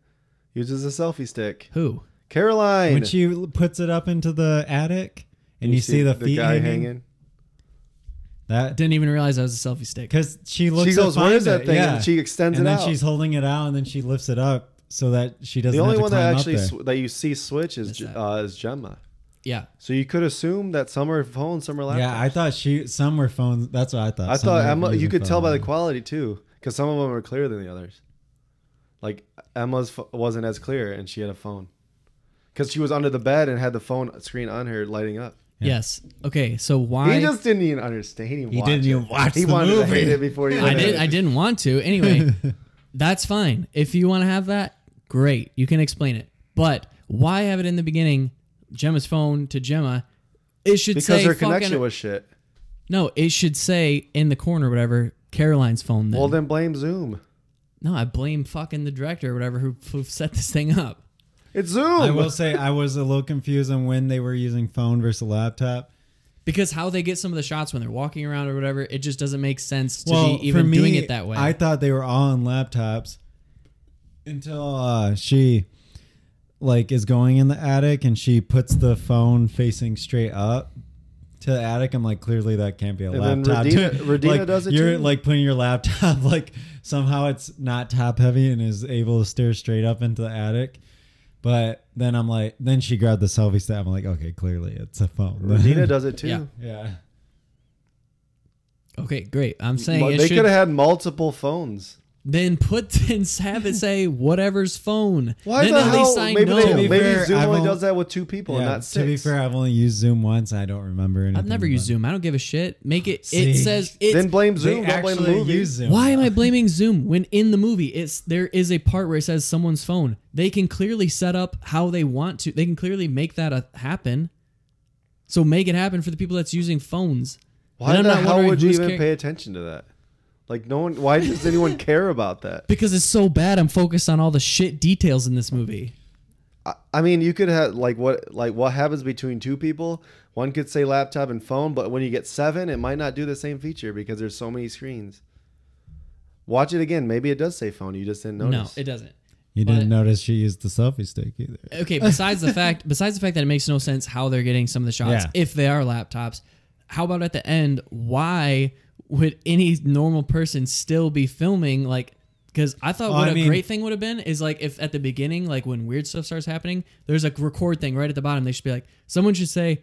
uses a selfie stick.
Who?
Caroline.
When she l- puts it up into the attic and you, see, the feet
guy
hanging, that
Didn't even realize that was a selfie stick.
because she looks.
She goes,
to
"Where
find
is that
it,"
thing?
Yeah.
And she extends
and
it
then
out.
she's holding it out, and then she lifts it up so that she doesn't.
The only
have to
one that
climb up
actually
there.
sw- that you see switch is
Missed
Ge-
that.
uh, is Gemma.
Yeah.
So you could assume that some are phones, some are laptops.
yeah, I thought she. Some were phones. That's what I thought.
I
Some
thought
were
Emma. You
using
could tell by the
phone.
quality too, because some of them are clearer than the others. Like Emma's ph wasn't as clear, and she had a phone, because she was under the bed and had the phone screen on her lighting up.
Yes. Okay. So why?
he just didn't even understand. He,
He
watched
didn't
it.
even watch
He
the
wanted to
movie.
hate it before he.
I
read it.
did. I didn't want to. Anyway, that's fine. If you want to have that, great. You can explain it. But why have it in the beginning? Gemma's phone to Gemma. It should
because
say
her
fucking-
connection was shit.
no. It should say in the corner, whatever. Caroline's phone. Then.
Well, then blame Zoom.
no, I blame fucking the director or whatever who, who set this thing up.
It's Zoom.
I will say I was a little confused on when they were using phone versus laptop.
Because how they get some of the shots when they're walking around or whatever, it just doesn't make sense to
well,
be even
for me,
doing it that way.
I thought they were all on laptops until uh, she like is going in the attic and she puts the phone facing straight up to the attic. I'm like, clearly that can't be a
And then
laptop.
Radina- Radina
like,
does it
You're
too.
like putting your laptop like somehow it's not top heavy and is able to stare straight up into the attic. But then I'm like, then she grabbed the selfie stick. I'm like, okay, clearly it's a phone.
Dina does it too.
Yeah.
yeah.
okay, great. I'm saying
Well,
it
they
should-
could have had multiple phones.
then put then have it say whatever's phone.
Why
then
the
at
hell?
least I
maybe
know.
they,
To be
maybe
fair,
Zoom
I've
only
only-
does that with two people, and
Yeah,
not six.
To be fair, I've only used Zoom once. I don't remember anything.
I've never used
about
Zoom. I don't give a shit. Make it. It
See?
says it's.
then blame
it.
Zoom.
They
Don't blame the
actually
movie.
use Zoom.
why am I blaming Zoom when in the movie it's there is a part where it says someone's phone. They can clearly set up how they want to. uh, They can clearly make that a, happen. So make it happen for the people that's using phones.
Why
And
the
I'm not
hell
wondering
would you
who's
even
car-
pay attention to that? Like no one. Why does anyone care about that?
Because it's so bad, I'm focused on all the shit details in this movie.
I, I mean, you could have like what like what happens between two people. One could say laptop and phone, but when you get seven, it might not do the same feature because there's so many screens. Watch it again. Maybe it does say phone. You just didn't notice.
No, it doesn't.
You didn't
But-
notice she used the selfie stick either.
Okay, besides the fact besides the fact that it makes no sense how they're getting some of the shots
Yeah.
if they are laptops, how about at the end why would any normal person still be filming like because I thought
Oh,
what
I
a
mean-
great thing would have been is like if at the beginning, like when weird stuff starts happening, there's a record thing right at the bottom. They should be like, someone should say,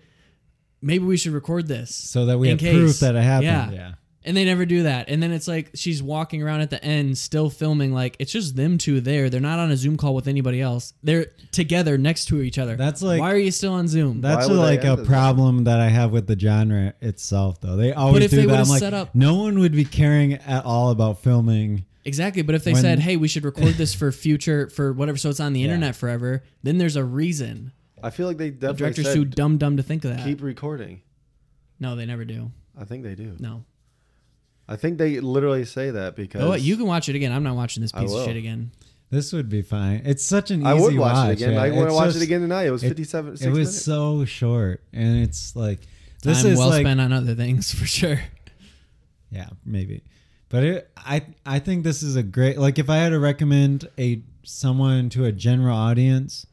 maybe we should record this
So that we
in
have proof
case."
that it happened.
Yeah.
yeah.
And they never do that. And then it's like she's walking around at the end, still filming. Like it's just them two there. They're not on a Zoom call with anybody else. They're together next to each other.
That's like-
why are you still on Zoom?
That's
would they
like a
emphasize-
problem that I have with the genre itself, though. They always
if
do
they
that.
would've
I'm like,
set up-
no one would be caring at all about filming.
exactly. But if they
when-
said, "Hey, we should record this for future for whatever," so it's on the internet forever, then there's a reason.
I feel like they definitely
Directors
said,
too dumb dumb to think of that.
keep recording.
no, they never do.
I think they do.
No.
I think they literally say that because
Oh, you can watch it again. I'm not watching this piece
will.
of shit again.
This would be fine. It's such an easy
I would watch,
watch
it again.
yeah.
I
It's
want to watch it
just-
again tonight. It was
it-
57 six
It was
minutes.
so short, and it's like this
Time
is
well
like
spent on other things for sure.
yeah, maybe. But it, I I think this is a great like if I had to recommend a someone to a general audience,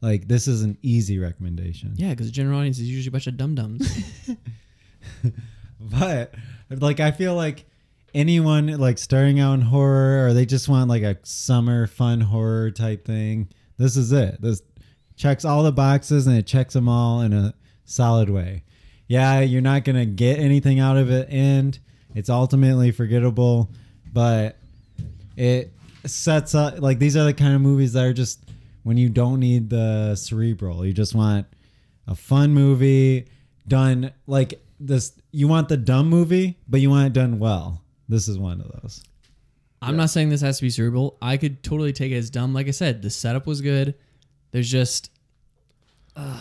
like this is an easy recommendation.
Yeah, because the general audience is usually a bunch of dum dums.
but like I feel like anyone like starting out in horror or they just want like a summer fun horror type thing. This is it. This checks all the boxes and it checks them all in a solid way. Yeah, you're not gonna get anything out of it, and it's ultimately forgettable, but it sets up like these are the kind of movies that are just when you don't need the cerebral you just want a fun movie done like this you want the dumb movie but you want it done well this is one of those
I'm not saying this has to be cerebral. I could totally take it as dumb. Like I said, the setup was good. There's just, uh,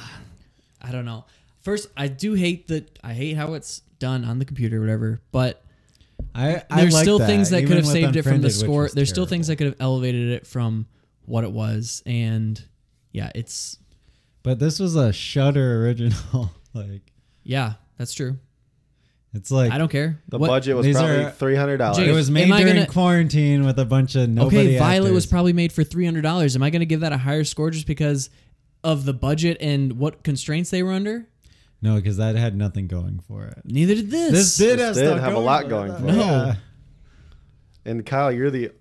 I don't know. First, I do hate that. I hate how it's done on the computer, or whatever. But
i I
there's
like
still things that
even
could have
with
saved it from the
Unfriended, which
score.
was
There's still things that
terrible.
could have elevated it from what it was. And yeah, it's
but this was a shutter original like
yeah, that's true.
it's like
I don't care.
the
What-
budget was
These
probably
are-
$300.
Jake,
it was
Am
made
I
during
gonna-
quarantine with a bunch of nobody
Okay, Violet was
actors.
probably made for three hundred dollars. Am I going to give that a higher score just because of the budget and what constraints they were under?
no because that had nothing going for it
Neither did this.
this did,
This
have,
did
stuff
have a
going
lot
for it.
going for
it. No.
Yeah.
and Kyle, you're the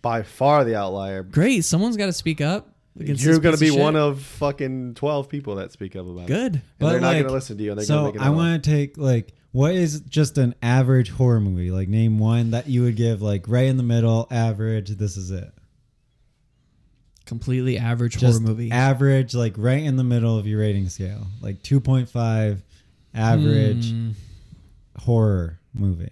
by far the outlier.
Great. Someone's got to speak up. against
You're
this
going to
piece
be
of shit.
one of fucking 12 people that speak up about it.
good.
And they're not
like,
going to listen to you. And they're
so
going to make it
I
up.
want to take like what is just an average horror movie? Like name one that you would give like right in the middle, average. This is it.
Completely average horror
Just
movie.
average, like right in the middle of your rating scale, like two point five, average
Hmm.
horror movie.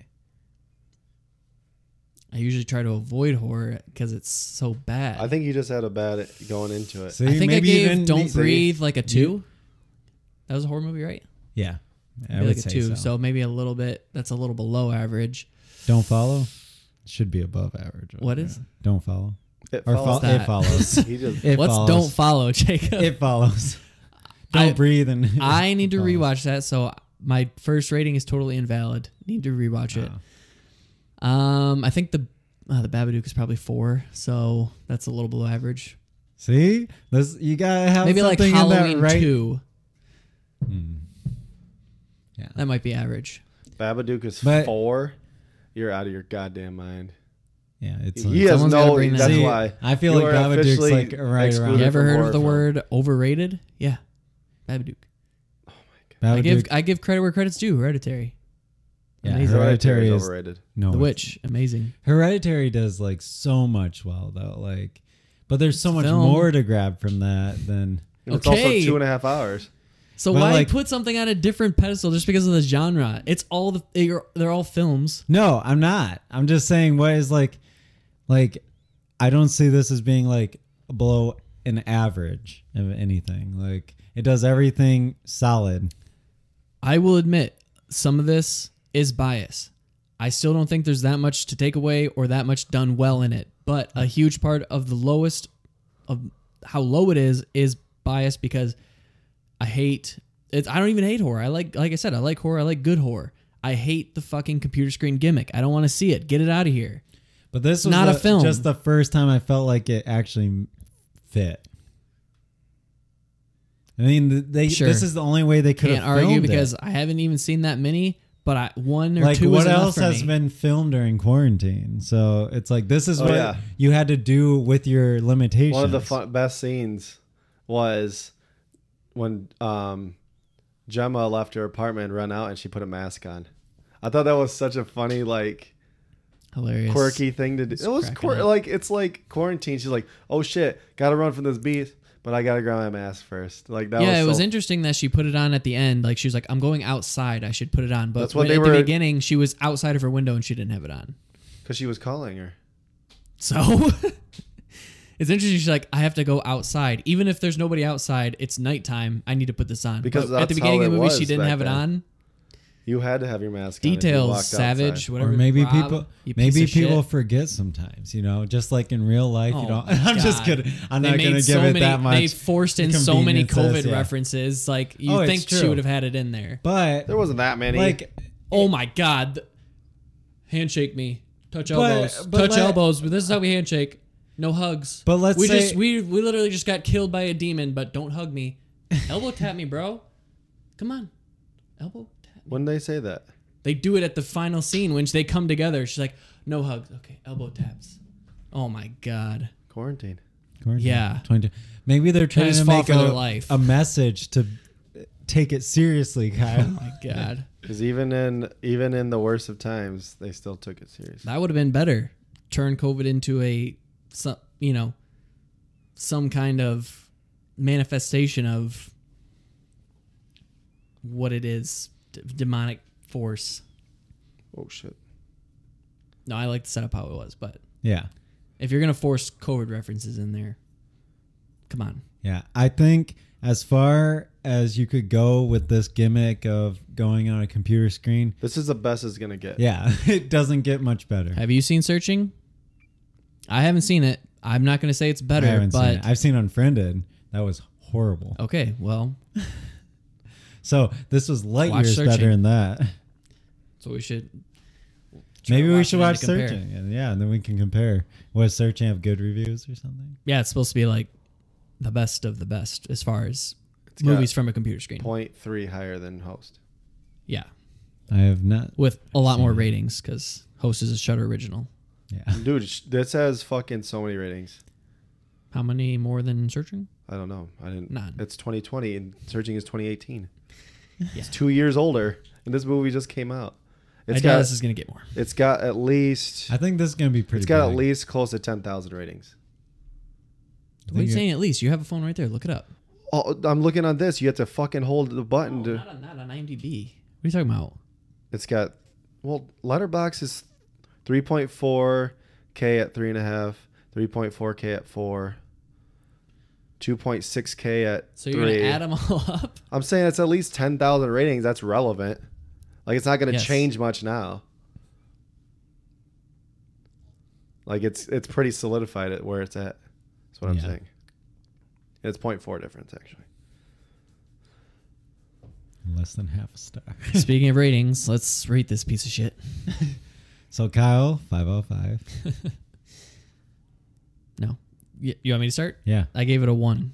I usually try to avoid horror because it's so bad.
I think you just had a bad it going into it.
See,
I think I
maybe
gave
even
Don't
see-
Breathe like a two. that was a horror movie, right?
Yeah, I
Maybe
would
like
say
a two.
so.
So. maybe a little bit. That's a little below average.
Don't follow should be above average.
What is-
don't follow
It
or
follows
fo-
that.
it follows?
He just
It
What's
follows.
Don't Follow, Jacob?
It follows.
I-
Don't breathe and
I need to
Follows.
rewatch that. So my first rating is totally invalid. Need to rewatch it.
Uh-huh.
Um, I think the uh, the Babadook is probably four, so that's a little below average.
See, this you gotta have
Maybe like
something in that
Halloween
right. Hmm.
two.
Yeah.
That might be average.
Babadook is
But-
four. You're out of your goddamn mind.
Yeah, it's
He has
Someone's gotta
no.
bring that
That's
up.
why
I feel
you
like
are
Babadook's,
officially
like, right around.
excluded
You ever
from
heard of
horror
the
film.
word overrated? Yeah, Babadook.
Babadook,
I give I give credit where credit's due. Hereditary,
yeah,
amazing.
Hereditary
Hereditary
is
is overrated.
no.
The
it's-
Witch, amazing.
Hereditary does like so much well though, like, but there's so
It's
much
film.
more to grab from that than
And It's
Okay.
also two and a half hours.
So
But,
why
like-
put something on a different pedestal just because of the genre? It's all the you're, they're all films.
No, I'm not. I'm just saying what is like like I don't see this as being like below an average of anything. Like it does everything solid.
I will admit some of this is bias. I still don't think there's that much to take away or that much done well in it. But a huge part of the lowest of how low it is is bias because I hate it's I don't even hate horror. I like like I said, I like horror, I like good horror. I hate the fucking computer screen gimmick. I don't want to see it. Get it out of here.
But this was
Not a
the-
film.
Just the first time I felt like it actually fit. I mean, th- they.
Sure.
This is the only way they could
Can't
have
argue
filmed it.
because I haven't even seen that many, but I one or
like
two
what
is enough
else
for
has
me.
been filmed during quarantine? So it's like this is
Oh,
what
yeah.
you had to do with your limitations.
One of the fun, best scenes was when um, Gemma left her apartment and ran out, and she put a mask on. I thought that was such a funny, like
hilarious.
quirky thing to do. It was
cracking
quir-
up.
like it's like quarantine. She's like, "Oh shit, gotta run from this beast, but I gotta grab my mask first. Like that.
yeah,
was
it
so-
was interesting that she put it on at the end. Like she was like, "I'm going outside. I should put it on." But
That's what
when-
they
at
were-
the beginning, she was outside of her window and she didn't have it on.
Because she was calling her.
So it's interesting. She's like, "I have to go outside, even if there's nobody outside. It's nighttime. I need to put this on."
Because
But at the
that's how
beginning of the
it
movie, she
was
didn't
back
have it
then.
on.
You had to have your mask. on if you
Details,
walked
savage,
outside.
whatever.
Or maybe
Rob,
people,
you piece
maybe
of
people
shit.
forget sometimes. You know, just like in real life,
Oh
you don't.
my
I'm just
God.
kidding. I'm
They
not
made
gonna
so
give
many,
it that much.
They forced in so many COVID
conveniences, yeah.
references. Like you
Oh, it's
think she
true.
would have had it in there?
But
There wasn't that many.
like
oh my god! Th- Handshake me, touch
But-
elbows,
but
touch
let-
elbows. But this is how we handshake. No hugs.
But let's
we
say-
just we we literally just got killed by a demon. But don't hug me. Elbow tap me, bro. Come on, elbow tap. me.
when they say that,
They do it at the final scene when they come together. She's like, no hugs. Okay, elbow taps. Oh my god.
quarantine.
Quarantine.
Yeah.
22. Maybe they're trying
just
to
fought
make
for
a,
their life.
a message to take it seriously, Kyle.
Oh My god.
Because even in even in the worst of times, they still took it serious.
That would have been better. Turn COVID into a, some, you know, some kind of manifestation of what it is, d- demonic force.
Oh shit.
No, I like the setup how it was, but
yeah.
if you're gonna force COVID references in there, come on.
Yeah. I think as far as you could go with this gimmick of going on a computer screen,
This is the best it's gonna get.
yeah, it doesn't get much better.
Have you seen Searching? I haven't seen it. I'm not gonna say it's
I
better,
haven't
but Oh.
seen it. I've seen Unfriended. That was horrible.
okay. Well,
So this was light
Watch
years
Searching.
better than that.
so we should. try
Maybe we should
watching it to
watch
compare.
Searching. And yeah, and then we can compare. Was Searching have good reviews or something?
Yeah, it's supposed to be like the best of the best as far as
got
movies from a computer screen.
Point three higher than host.
Yeah,
I have not.
with a lot more ratings because Host is a Shutter original.
Yeah.
Dude, sh- this has fucking so many ratings.
How many more than Searching?
I don't know. I didn't.
None.
It's 2020 and Searching is 2018.
Yeah.
It's two years older, and this movie just came out. It's
I doubt
got
this is gonna get more.
it's got at least
I think this is gonna be pretty.
it's got at
big.
least close to 10,000 ratings.
What are you
it-
saying? At least you have a phone right there. Look it up.
Oh, I'm looking on this. You have to fucking hold the button to.
Not on, not on IMDb. What are you talking about?
It's got well, Letterbox is 3.4k at three and a half, 3.4k at four, 2.6k at
So
3
you're going gonna add them all up?
I'm saying it's at least 10,000 ratings. That's relevant. Like it's not going to
Yes.
change much now. Like it's it's pretty solidified at where it's at. That's what I'm
Yeah.
saying. It's 0.4 difference actually.
less than half a star.
Speaking of ratings, let's rate this piece of shit.
so Kyle, five oh five.
No, Y- you want me to start?
Yeah,
I gave it a one.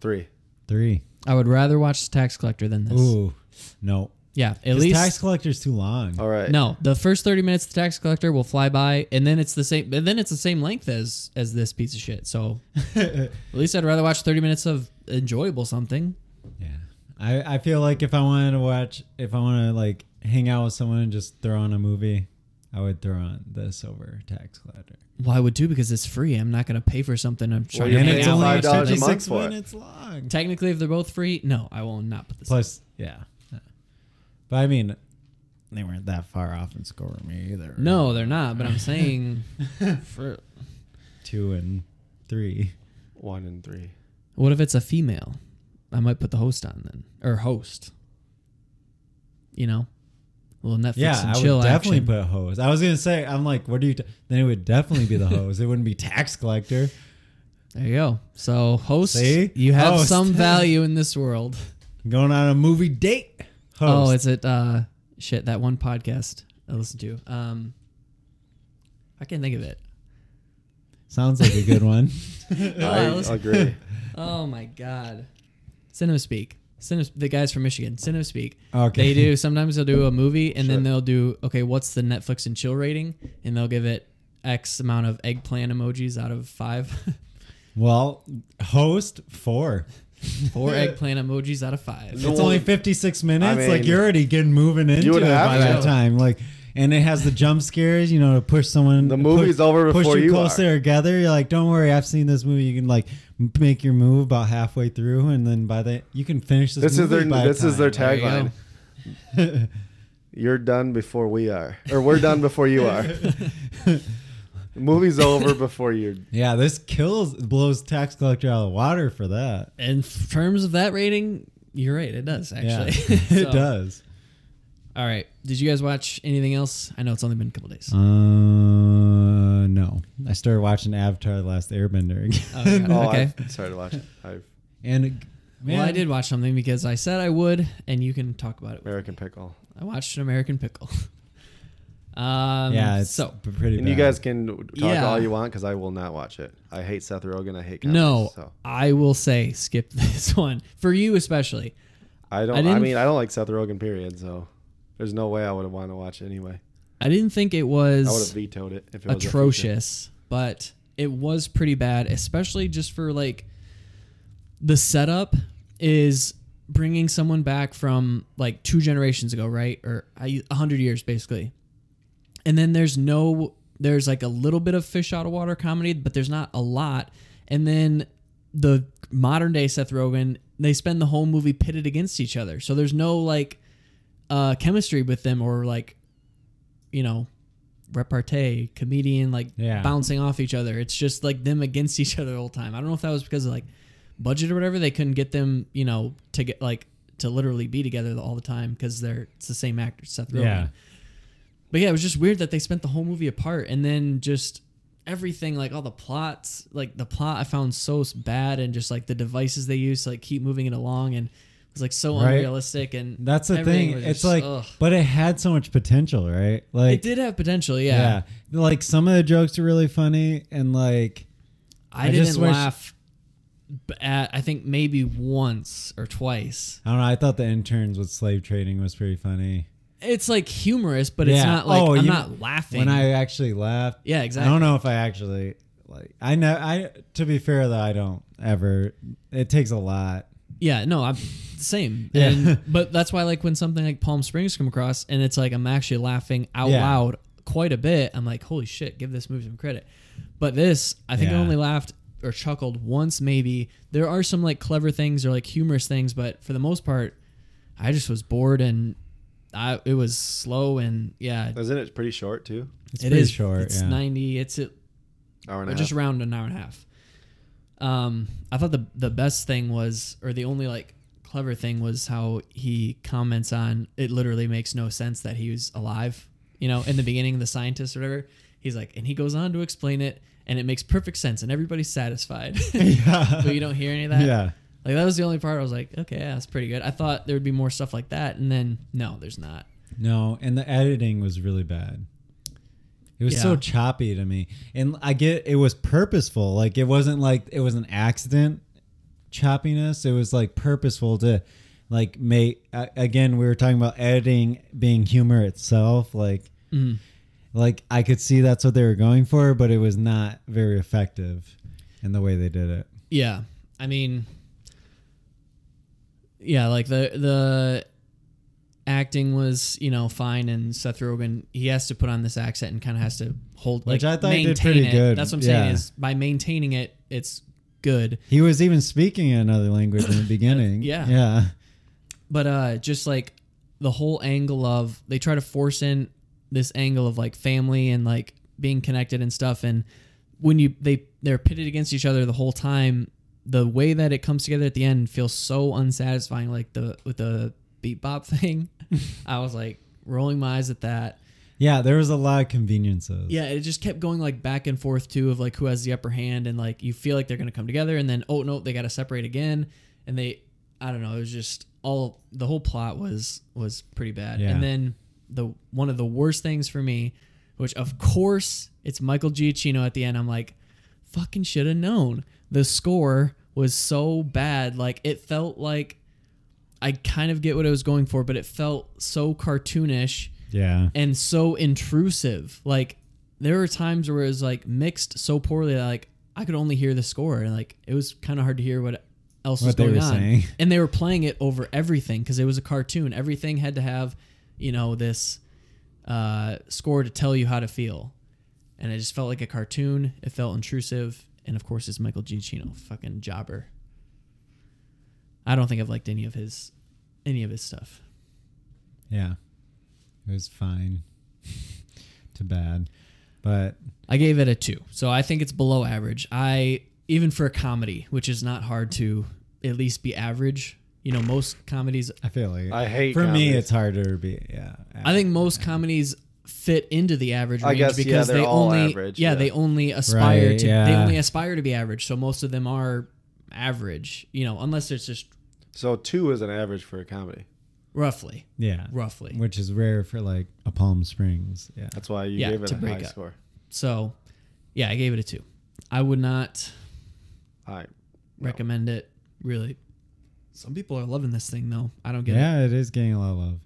3.
three.
I would rather watch Tax Collector than this.
Ooh, no.
Yeah, at
'Cause
least
tax collector's too long.
All right.
Uh,
No, the first thirty minutes of the tax collector will fly by, and then it's the same. And then it's the same length as as this piece of shit. So at least I'd rather watch thirty minutes of enjoyable something.
Yeah, I, I feel like if I wanted to watch, if I want to like hang out with someone and just throw on a movie, I would throw on this over tax collector.
Well, I would too because it's free. I'm not gonna pay for something. I'm trying
You're
to
and
hang
paying
it's
out.
only
$5 a month
fifty six
for it.
minutes long.
Technically, if they're both free, no, I will not put this.
Plus, yeah. But I mean, they weren't that far off in score with me either.
no, they're not. But I'm saying, for,
two and three.
1 and 3.
what if it's a female? I might put the host on then, or host. You know, little Netflix
Yeah,
and
I
chill
would definitely
action.
put hose. I was gonna say, I'm like, what do you? T-? Then it would definitely be the hose. it wouldn't be tax collector.
there you go. So host,
See?
you have
Host.
some value in this world.
Going on a movie date. Host.
Oh, it's at uh shit that one podcast I listened to. Um, I can't think of it.
sounds like a good one.
Oh,
I agree.
Oh my god. CinemaSpeak. Cinem- the guys from Michigan, CinemaSpeak.
Okay.
They do sometimes they'll do a movie and then they'll do okay, what's the Netflix and chill rating? And they'll give it X amount of eggplant emojis out of five.
Well, host four.
Four eggplant emojis out of five.
It's only 56 minutes.
I mean,
like you're already getting moving into
would
it
have
by
to.
that time. Like, and it has the jump scares, you know, to push someone.
The movie's
push,
over before
push you
you
closer
are.
together. You're like, don't worry, I've seen this movie. You can like m- make your move about halfway through, and then by the you can finish this.
This is
movie
their
by the
this is their
time.
There you go.
tagline. You're done before we are, or we're done before you are. The movie's over before you're.
Yeah, this kills blows tax collector out of the water for that.
In f- terms of that rating, you're right, it does
Yeah,
actually.
it
So,
does.
All right. Did you guys watch anything else? I know it's only been a couple days.
Uh, no, I started watching Avatar: The Last Airbender again.
Oh, yeah.
Oh,
okay.
I started watching. I,
and man,
Well, I did watch something because I said I would, and you can talk about it. with
American Pickle.
I watched an American Pickle. um,
Yeah, it's
so
p- pretty.
And you
bad.
guys can talk
Yeah.
all you want because I will not watch it. I hate Seth Rogen. I hate comics,
no,
So
I will say skip this one for you especially.
I don't.
I
I,
didn't-
mean, I don't like Seth Rogen. Period. So there's no way I would want to watch it anyway.
I didn't think it
I would have
was
vetoed it if it was a feature.
atrocious, but it was pretty bad, especially just for like the setup is bringing someone back from like two generations ago, right, or a hundred years basically, and then there's no there's like a little bit of fish out of water comedy but there's not a lot and then the modern day seth rogen they spend the whole movie pitted against each other so there's no like uh chemistry with them or like you know repartee comedian like
Yeah.
bouncing off each other it's just like them against each other the whole time i don't know if that was because of like budget or whatever they couldn't get them you know to get like to literally be together all the time because they're it's the same actor seth rogen
Yeah.
but yeah, it was just weird that they spent the whole movie apart and then just everything, like all the plots, like the plot I found so s- bad and just like the devices they use to like keep moving it along and it was like so
Right.
unrealistic and
That's the
everything
thing.
was
It's
just-
like,
ugh.
but it had so much potential, right? Like,
it did have potential,
yeah.
yeah.
Like some of the jokes are really funny, and like,
I,
I
didn't
just wish-
laugh b- at I think maybe once or twice.
I don't know. I thought the interns with slave trading was pretty funny.
It's like humorous, but it's
Yeah.
not like
Oh,
I'm
you-
not laughing.
When I actually laughed,
Yeah,
I
exactly.
don't know if I actually like. I know. I to be fair though, I don't ever. It takes a lot.
Yeah, no, I'm same.
Yeah.
And but that's why like when something like Palm Springs come across and it's like I'm actually laughing out
Yeah.
loud quite a bit, I'm like, holy shit, give this movie some credit. But this, I think I
Yeah.
only laughed or chuckled once maybe. There are some like clever things or like humorous things, but for the most part, I just was bored and I it was slow and yeah,
Isn't it pretty short too?
It's
it
pretty
is
short.
It's
yeah.
ninety. It's it
Hour and a
or
half.
just round an hour and a half. Um, I thought the the best thing was, or the only like clever thing was how he comments on it. Literally makes no sense that he was alive. You know, in the beginning, the scientist or whatever, he's like, and he goes on to explain it, and it makes perfect sense, and everybody's satisfied.
Yeah.
but you don't hear any of that.
Yeah.
like that was the only part I was like, okay, yeah, that's pretty good. I thought there would be more stuff like that, and then no, there's not.
No, and the editing was really bad. It was so
Yeah.
choppy to me. And I get it was purposeful. Like it wasn't like it was an accident choppiness. It was like purposeful to like make a- again we were talking about editing being humor itself like
Mm.
like I could see that's what they were going for, but it was not very effective in the way they did it.
Yeah. I mean Yeah, like the the acting was, you know, fine and Seth Rogen he has to put on this accent and kind of has to hold
Which
like
I thought he did
maintain
pretty
it.
good,
That's what I'm
yeah.
saying is by maintaining it it's good.
He was even speaking another language in the beginning.
Yeah.
Yeah.
But uh just like the whole angle of they try to force in this angle of like family and like being connected and stuff and when you they they're pitted against each other the whole time the way that it comes together at the end feels so unsatisfying like the with the beat bop thing i was like rolling my eyes at that.
Yeah, there was a lot of conveniences.
Yeah, it just kept going like back and forth too of like who has the upper hand and like you feel like they're gonna come together and then oh no they gotta separate again and they I don't know it was just all the whole plot was was pretty bad
Yeah.
and then the one of the worst things for me which of course it's Michael Giacchino at the end I'm like fucking should have known the score was so bad like it felt like I kind of get what I was going for but it felt so cartoonish
Yeah.
and so intrusive. Like there were times where it was like mixed so poorly that like I could only hear the score and like it was kind of hard to hear what else was
What they
going
were
on.
saying.
And they were playing it over everything because it was a cartoon. Everything had to have, you know, this uh, score to tell you how to feel. And it just felt like a cartoon. It felt intrusive. And of course, it's Michael Giacchino, fucking jobber. I don't think I've liked any of his, any of his stuff.
Yeah. It was fine. Too bad. But
I gave it a two, so I think it's below average. I even for a comedy, which is not hard to at least be average. You know, most comedies.
I feel like
I hate
for me
comedies.
it's harder to be yeah.
I think most comedies fit into the average
I
range
guess, yeah,
because
they're
they
all
only
average,
yeah,
yeah.
they only aspire
Right,
to they
yeah.
only aspire to be average. So most of them are average. You know, unless it's just
So two is an average for a comedy.
roughly,
yeah.
roughly.
Which is rare for like a Palm Springs. Yeah.
That's why you
Yeah,
gave it
to
a
break
high
up.
score.
So, yeah, I gave it a two. I would not
All right.
recommend it. Really, some people are loving this thing though. I don't get it.
Yeah, it is getting a lot of love.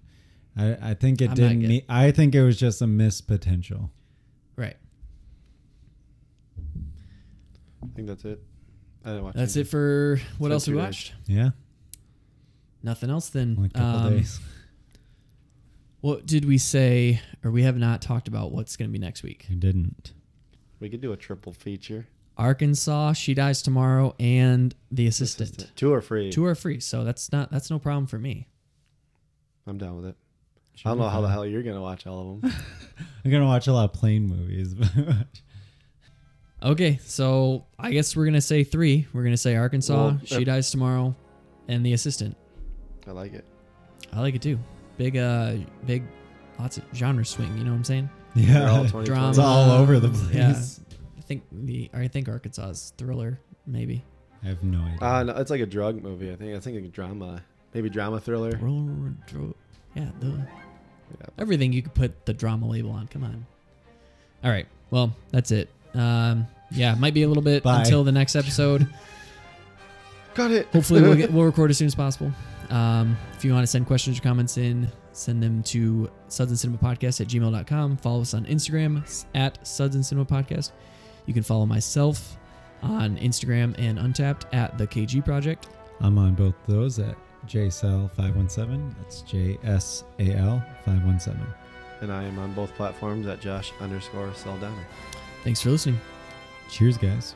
I, I think it
I'm not
didn't
getting-
meet I think it was just a missed potential.
Right.
I think that's it. I didn't watch
That's
anything.
it for what
been
else we
two days.
watched.
Yeah.
Nothing else then.
Only a couple
Um,
days.
What did we say, or we have not talked about what's going to be next week?
You didn't.
We could do a triple feature.
Arkansas, She Dies Tomorrow, and The Assistant.
Two are free.
Two are free, so that's not that's no problem for me.
I'm down with it. I don't know how the hell you're gonna watch all of them.
I'm gonna watch a lot of plane movies.
Okay, so I guess we're gonna say three. We're gonna say Arkansas,
Well,
She
uh,
Dies Tomorrow, and The Assistant.
I like it.
I like it too. Big, uh, big, lots of genre swing. You know what I'm saying?
They're all
yeah.
20
Drama.
It's all over the place.
Yeah. I think the I think Arkansas is thriller, maybe.
I have no idea.
Uh, no, it's like a drug movie. I think. I think a drama, maybe drama thriller.
Roll- dro- Yeah, the,
Yeah.
everything you could put the drama label on. Come on. All right. Well, that's it. Um, yeah, it might be a little bit
Bye.
until the next episode.
Got it.
Hopefully, we'll, get, we'll record as soon as possible. Um, if you want to send questions or comments in, send them to suds and cinema podcast at gmail.com. Follow us on Instagram s- at suds and cinema podcast. You can follow myself on Instagram and Untapped at the KG Project.
I'm on both those at JSAL517. That's J S A L 517.
and I am on both platforms at Josh underscore Saldana.
Thanks for listening.
Cheers, guys.